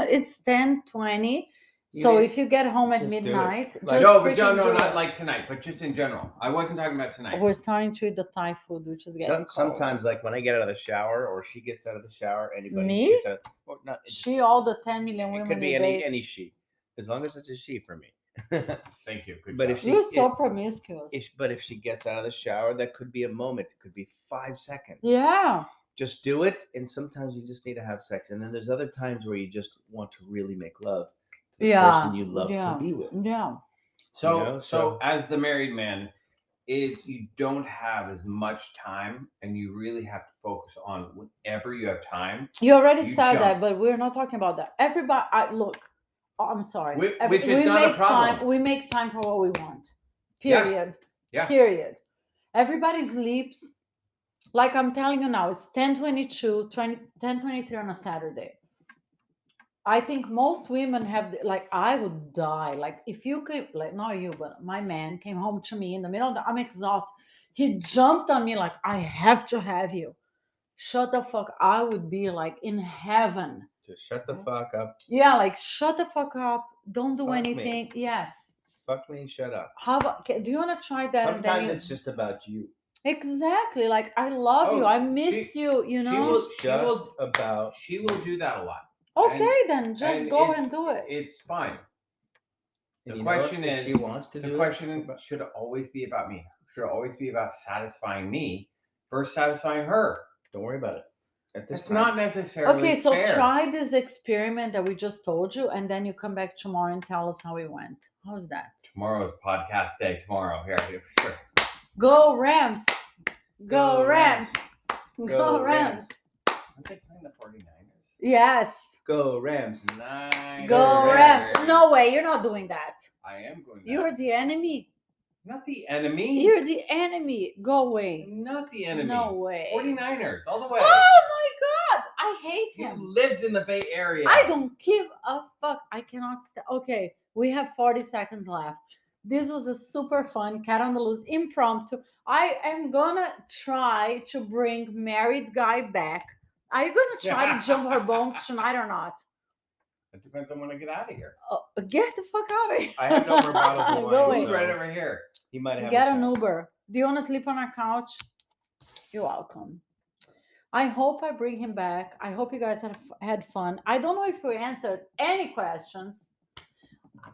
B: it's ten twenty.
D: You
B: So
D: mean-
B: if you get home at
D: just do it.
B: midnight,
D: Like-
B: just
A: no, "Oh, but no,
B: freaking
A: no,
B: do
A: not
B: it.
A: like tonight, but just in general. I wasn't talking about tonight.
B: we're starting to eat the Thai food, which is getting
D: Some,
B: cold.
D: sometimes, like when I get out of the shower, or she gets out of the shower, anybody
B: Me?
D: gets out, or not, it
B: she all the ten million
D: It
B: women
D: could be
B: you
D: any
B: date-
D: any she, as long as it's a she for me. <laughs>
A: Thank you. Good
D: But
A: job.
D: if she-
B: You're so
D: it-
B: promiscuous.
D: if, but if she gets out of the shower, that could be a moment. It could be five seconds.
B: yeah,
D: Just do it. And sometimes you just need to have sex. And then there's other times where you just want to really make love to the
B: Yeah,
D: person you love
B: yeah, Mm-hmm.
D: to be with.
B: yeah.
A: So,
D: know,
A: so
D: so-
A: as the married man, is you don't have as much time, and you really have to focus on whatever you have time.
B: You already
A: You
B: said that,
A: jump.
B: but we're not talking about that. Everybody, I, look. oh, I'm sorry.
A: Whi-
B: Every-
A: which is not a
B: make Time,
A: problem.
B: we make time for what we want.
A: Yeah.
B: Period.
A: Yeah.
B: Period. Everybody sleeps. Like I'm telling you now, it's 10:22, 20, 10:23 on a Saturday. I think most women have the- like I would die. Like if you could, like not you, but my man came home to me in the middle of the. I'm exhausted. He jumped on me like I have to have you. Shut the fuck. I would be like in heaven.
D: Just shut the fuck up.
B: Yeah, like shut the fuck up. Don't do
D: Fuck me.
B: anything. Yes.
D: Fuck me and shut up.
B: How about? ca- Do you want to try that? and then
D: Sometimes
B: you-
D: it's just about you.
B: exactly like I love you.
A: Oh,
B: I miss you. You
A: she
B: know.
A: was-
D: It's
A: She will-
D: just about
A: She will do that a lot. and-
B: okay, then just
A: and
B: go
A: it's-
B: and do it.
A: It's fine. The
D: and you know what?
A: question
D: If
A: is-
D: she wants to do
A: The
D: it,
A: question should always be about me. Should always be about satisfying me versus satisfying her.
D: Don't worry about it. At this
A: It's
D: time,
A: not necessarily
B: Okay, so
A: fair.
B: try this experiment that we just told you, and then you come back tomorrow and tell us how it went. How's that?
A: Tomorrow's podcast day. Tomorrow, here, here, sure.
B: Go Rams! Go,
D: Go Rams.
B: Rams! <laughs> Go,
D: Go
B: Rams!
D: Rams.
A: Aren't they playing the 49ers?
B: Yes.
D: go Rams.
A: Nine.
B: Go Rams.
D: Rams.
B: No way, you're not doing that.
A: I am going. down.
B: You're the enemy.
A: not the enemy.
B: You're the enemy. Go away.
A: not the enemy.
B: No way.
A: 49ers all the way.
B: Oh my god! I hate
A: You
B: him.
A: lived in the Bay Area.
B: I don't give a fuck. I cannot st- Okay, we have 40 seconds left. This was a super fun cat on the loose impromptu. I am gonna try to bring married guy back. Are you gonna try to jump her bones tonight or not?
A: It depends on when I get out of here.
B: Oh, get the fuck out of here.
D: I have no more bottles
B: <laughs> I'm
D: of
B: going.
D: wine.
A: He's
D: so
A: right over here.
D: He might have a
B: Get an
D: chance.
B: Uber. Do you want to sleep on our couch? You're welcome. I hope I bring him back. I hope you guys had, f- had fun. I don't know if we answered any questions.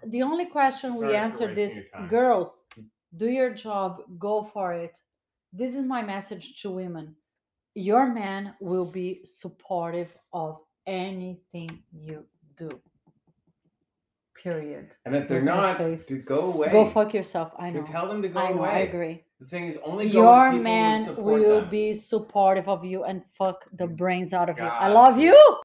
B: The only question we
A: Sorry for
B: answered
A: wasting
B: is
A: your time.
B: girls, do your job, go for it. This is my message to women. Your man will be supportive of anything you do. Period.
A: And if they're
B: Look at his
A: not,
B: face.
A: to go away.
B: Go fuck yourself. I
A: To
B: know.
A: tell them to go
B: I know.
A: away.
B: I agree.
A: The thing is, only go
B: Your
A: with people who
B: man
A: support
B: will
A: them.
B: be supportive of you and fuck the brains out of you. I
A: God.
B: love you.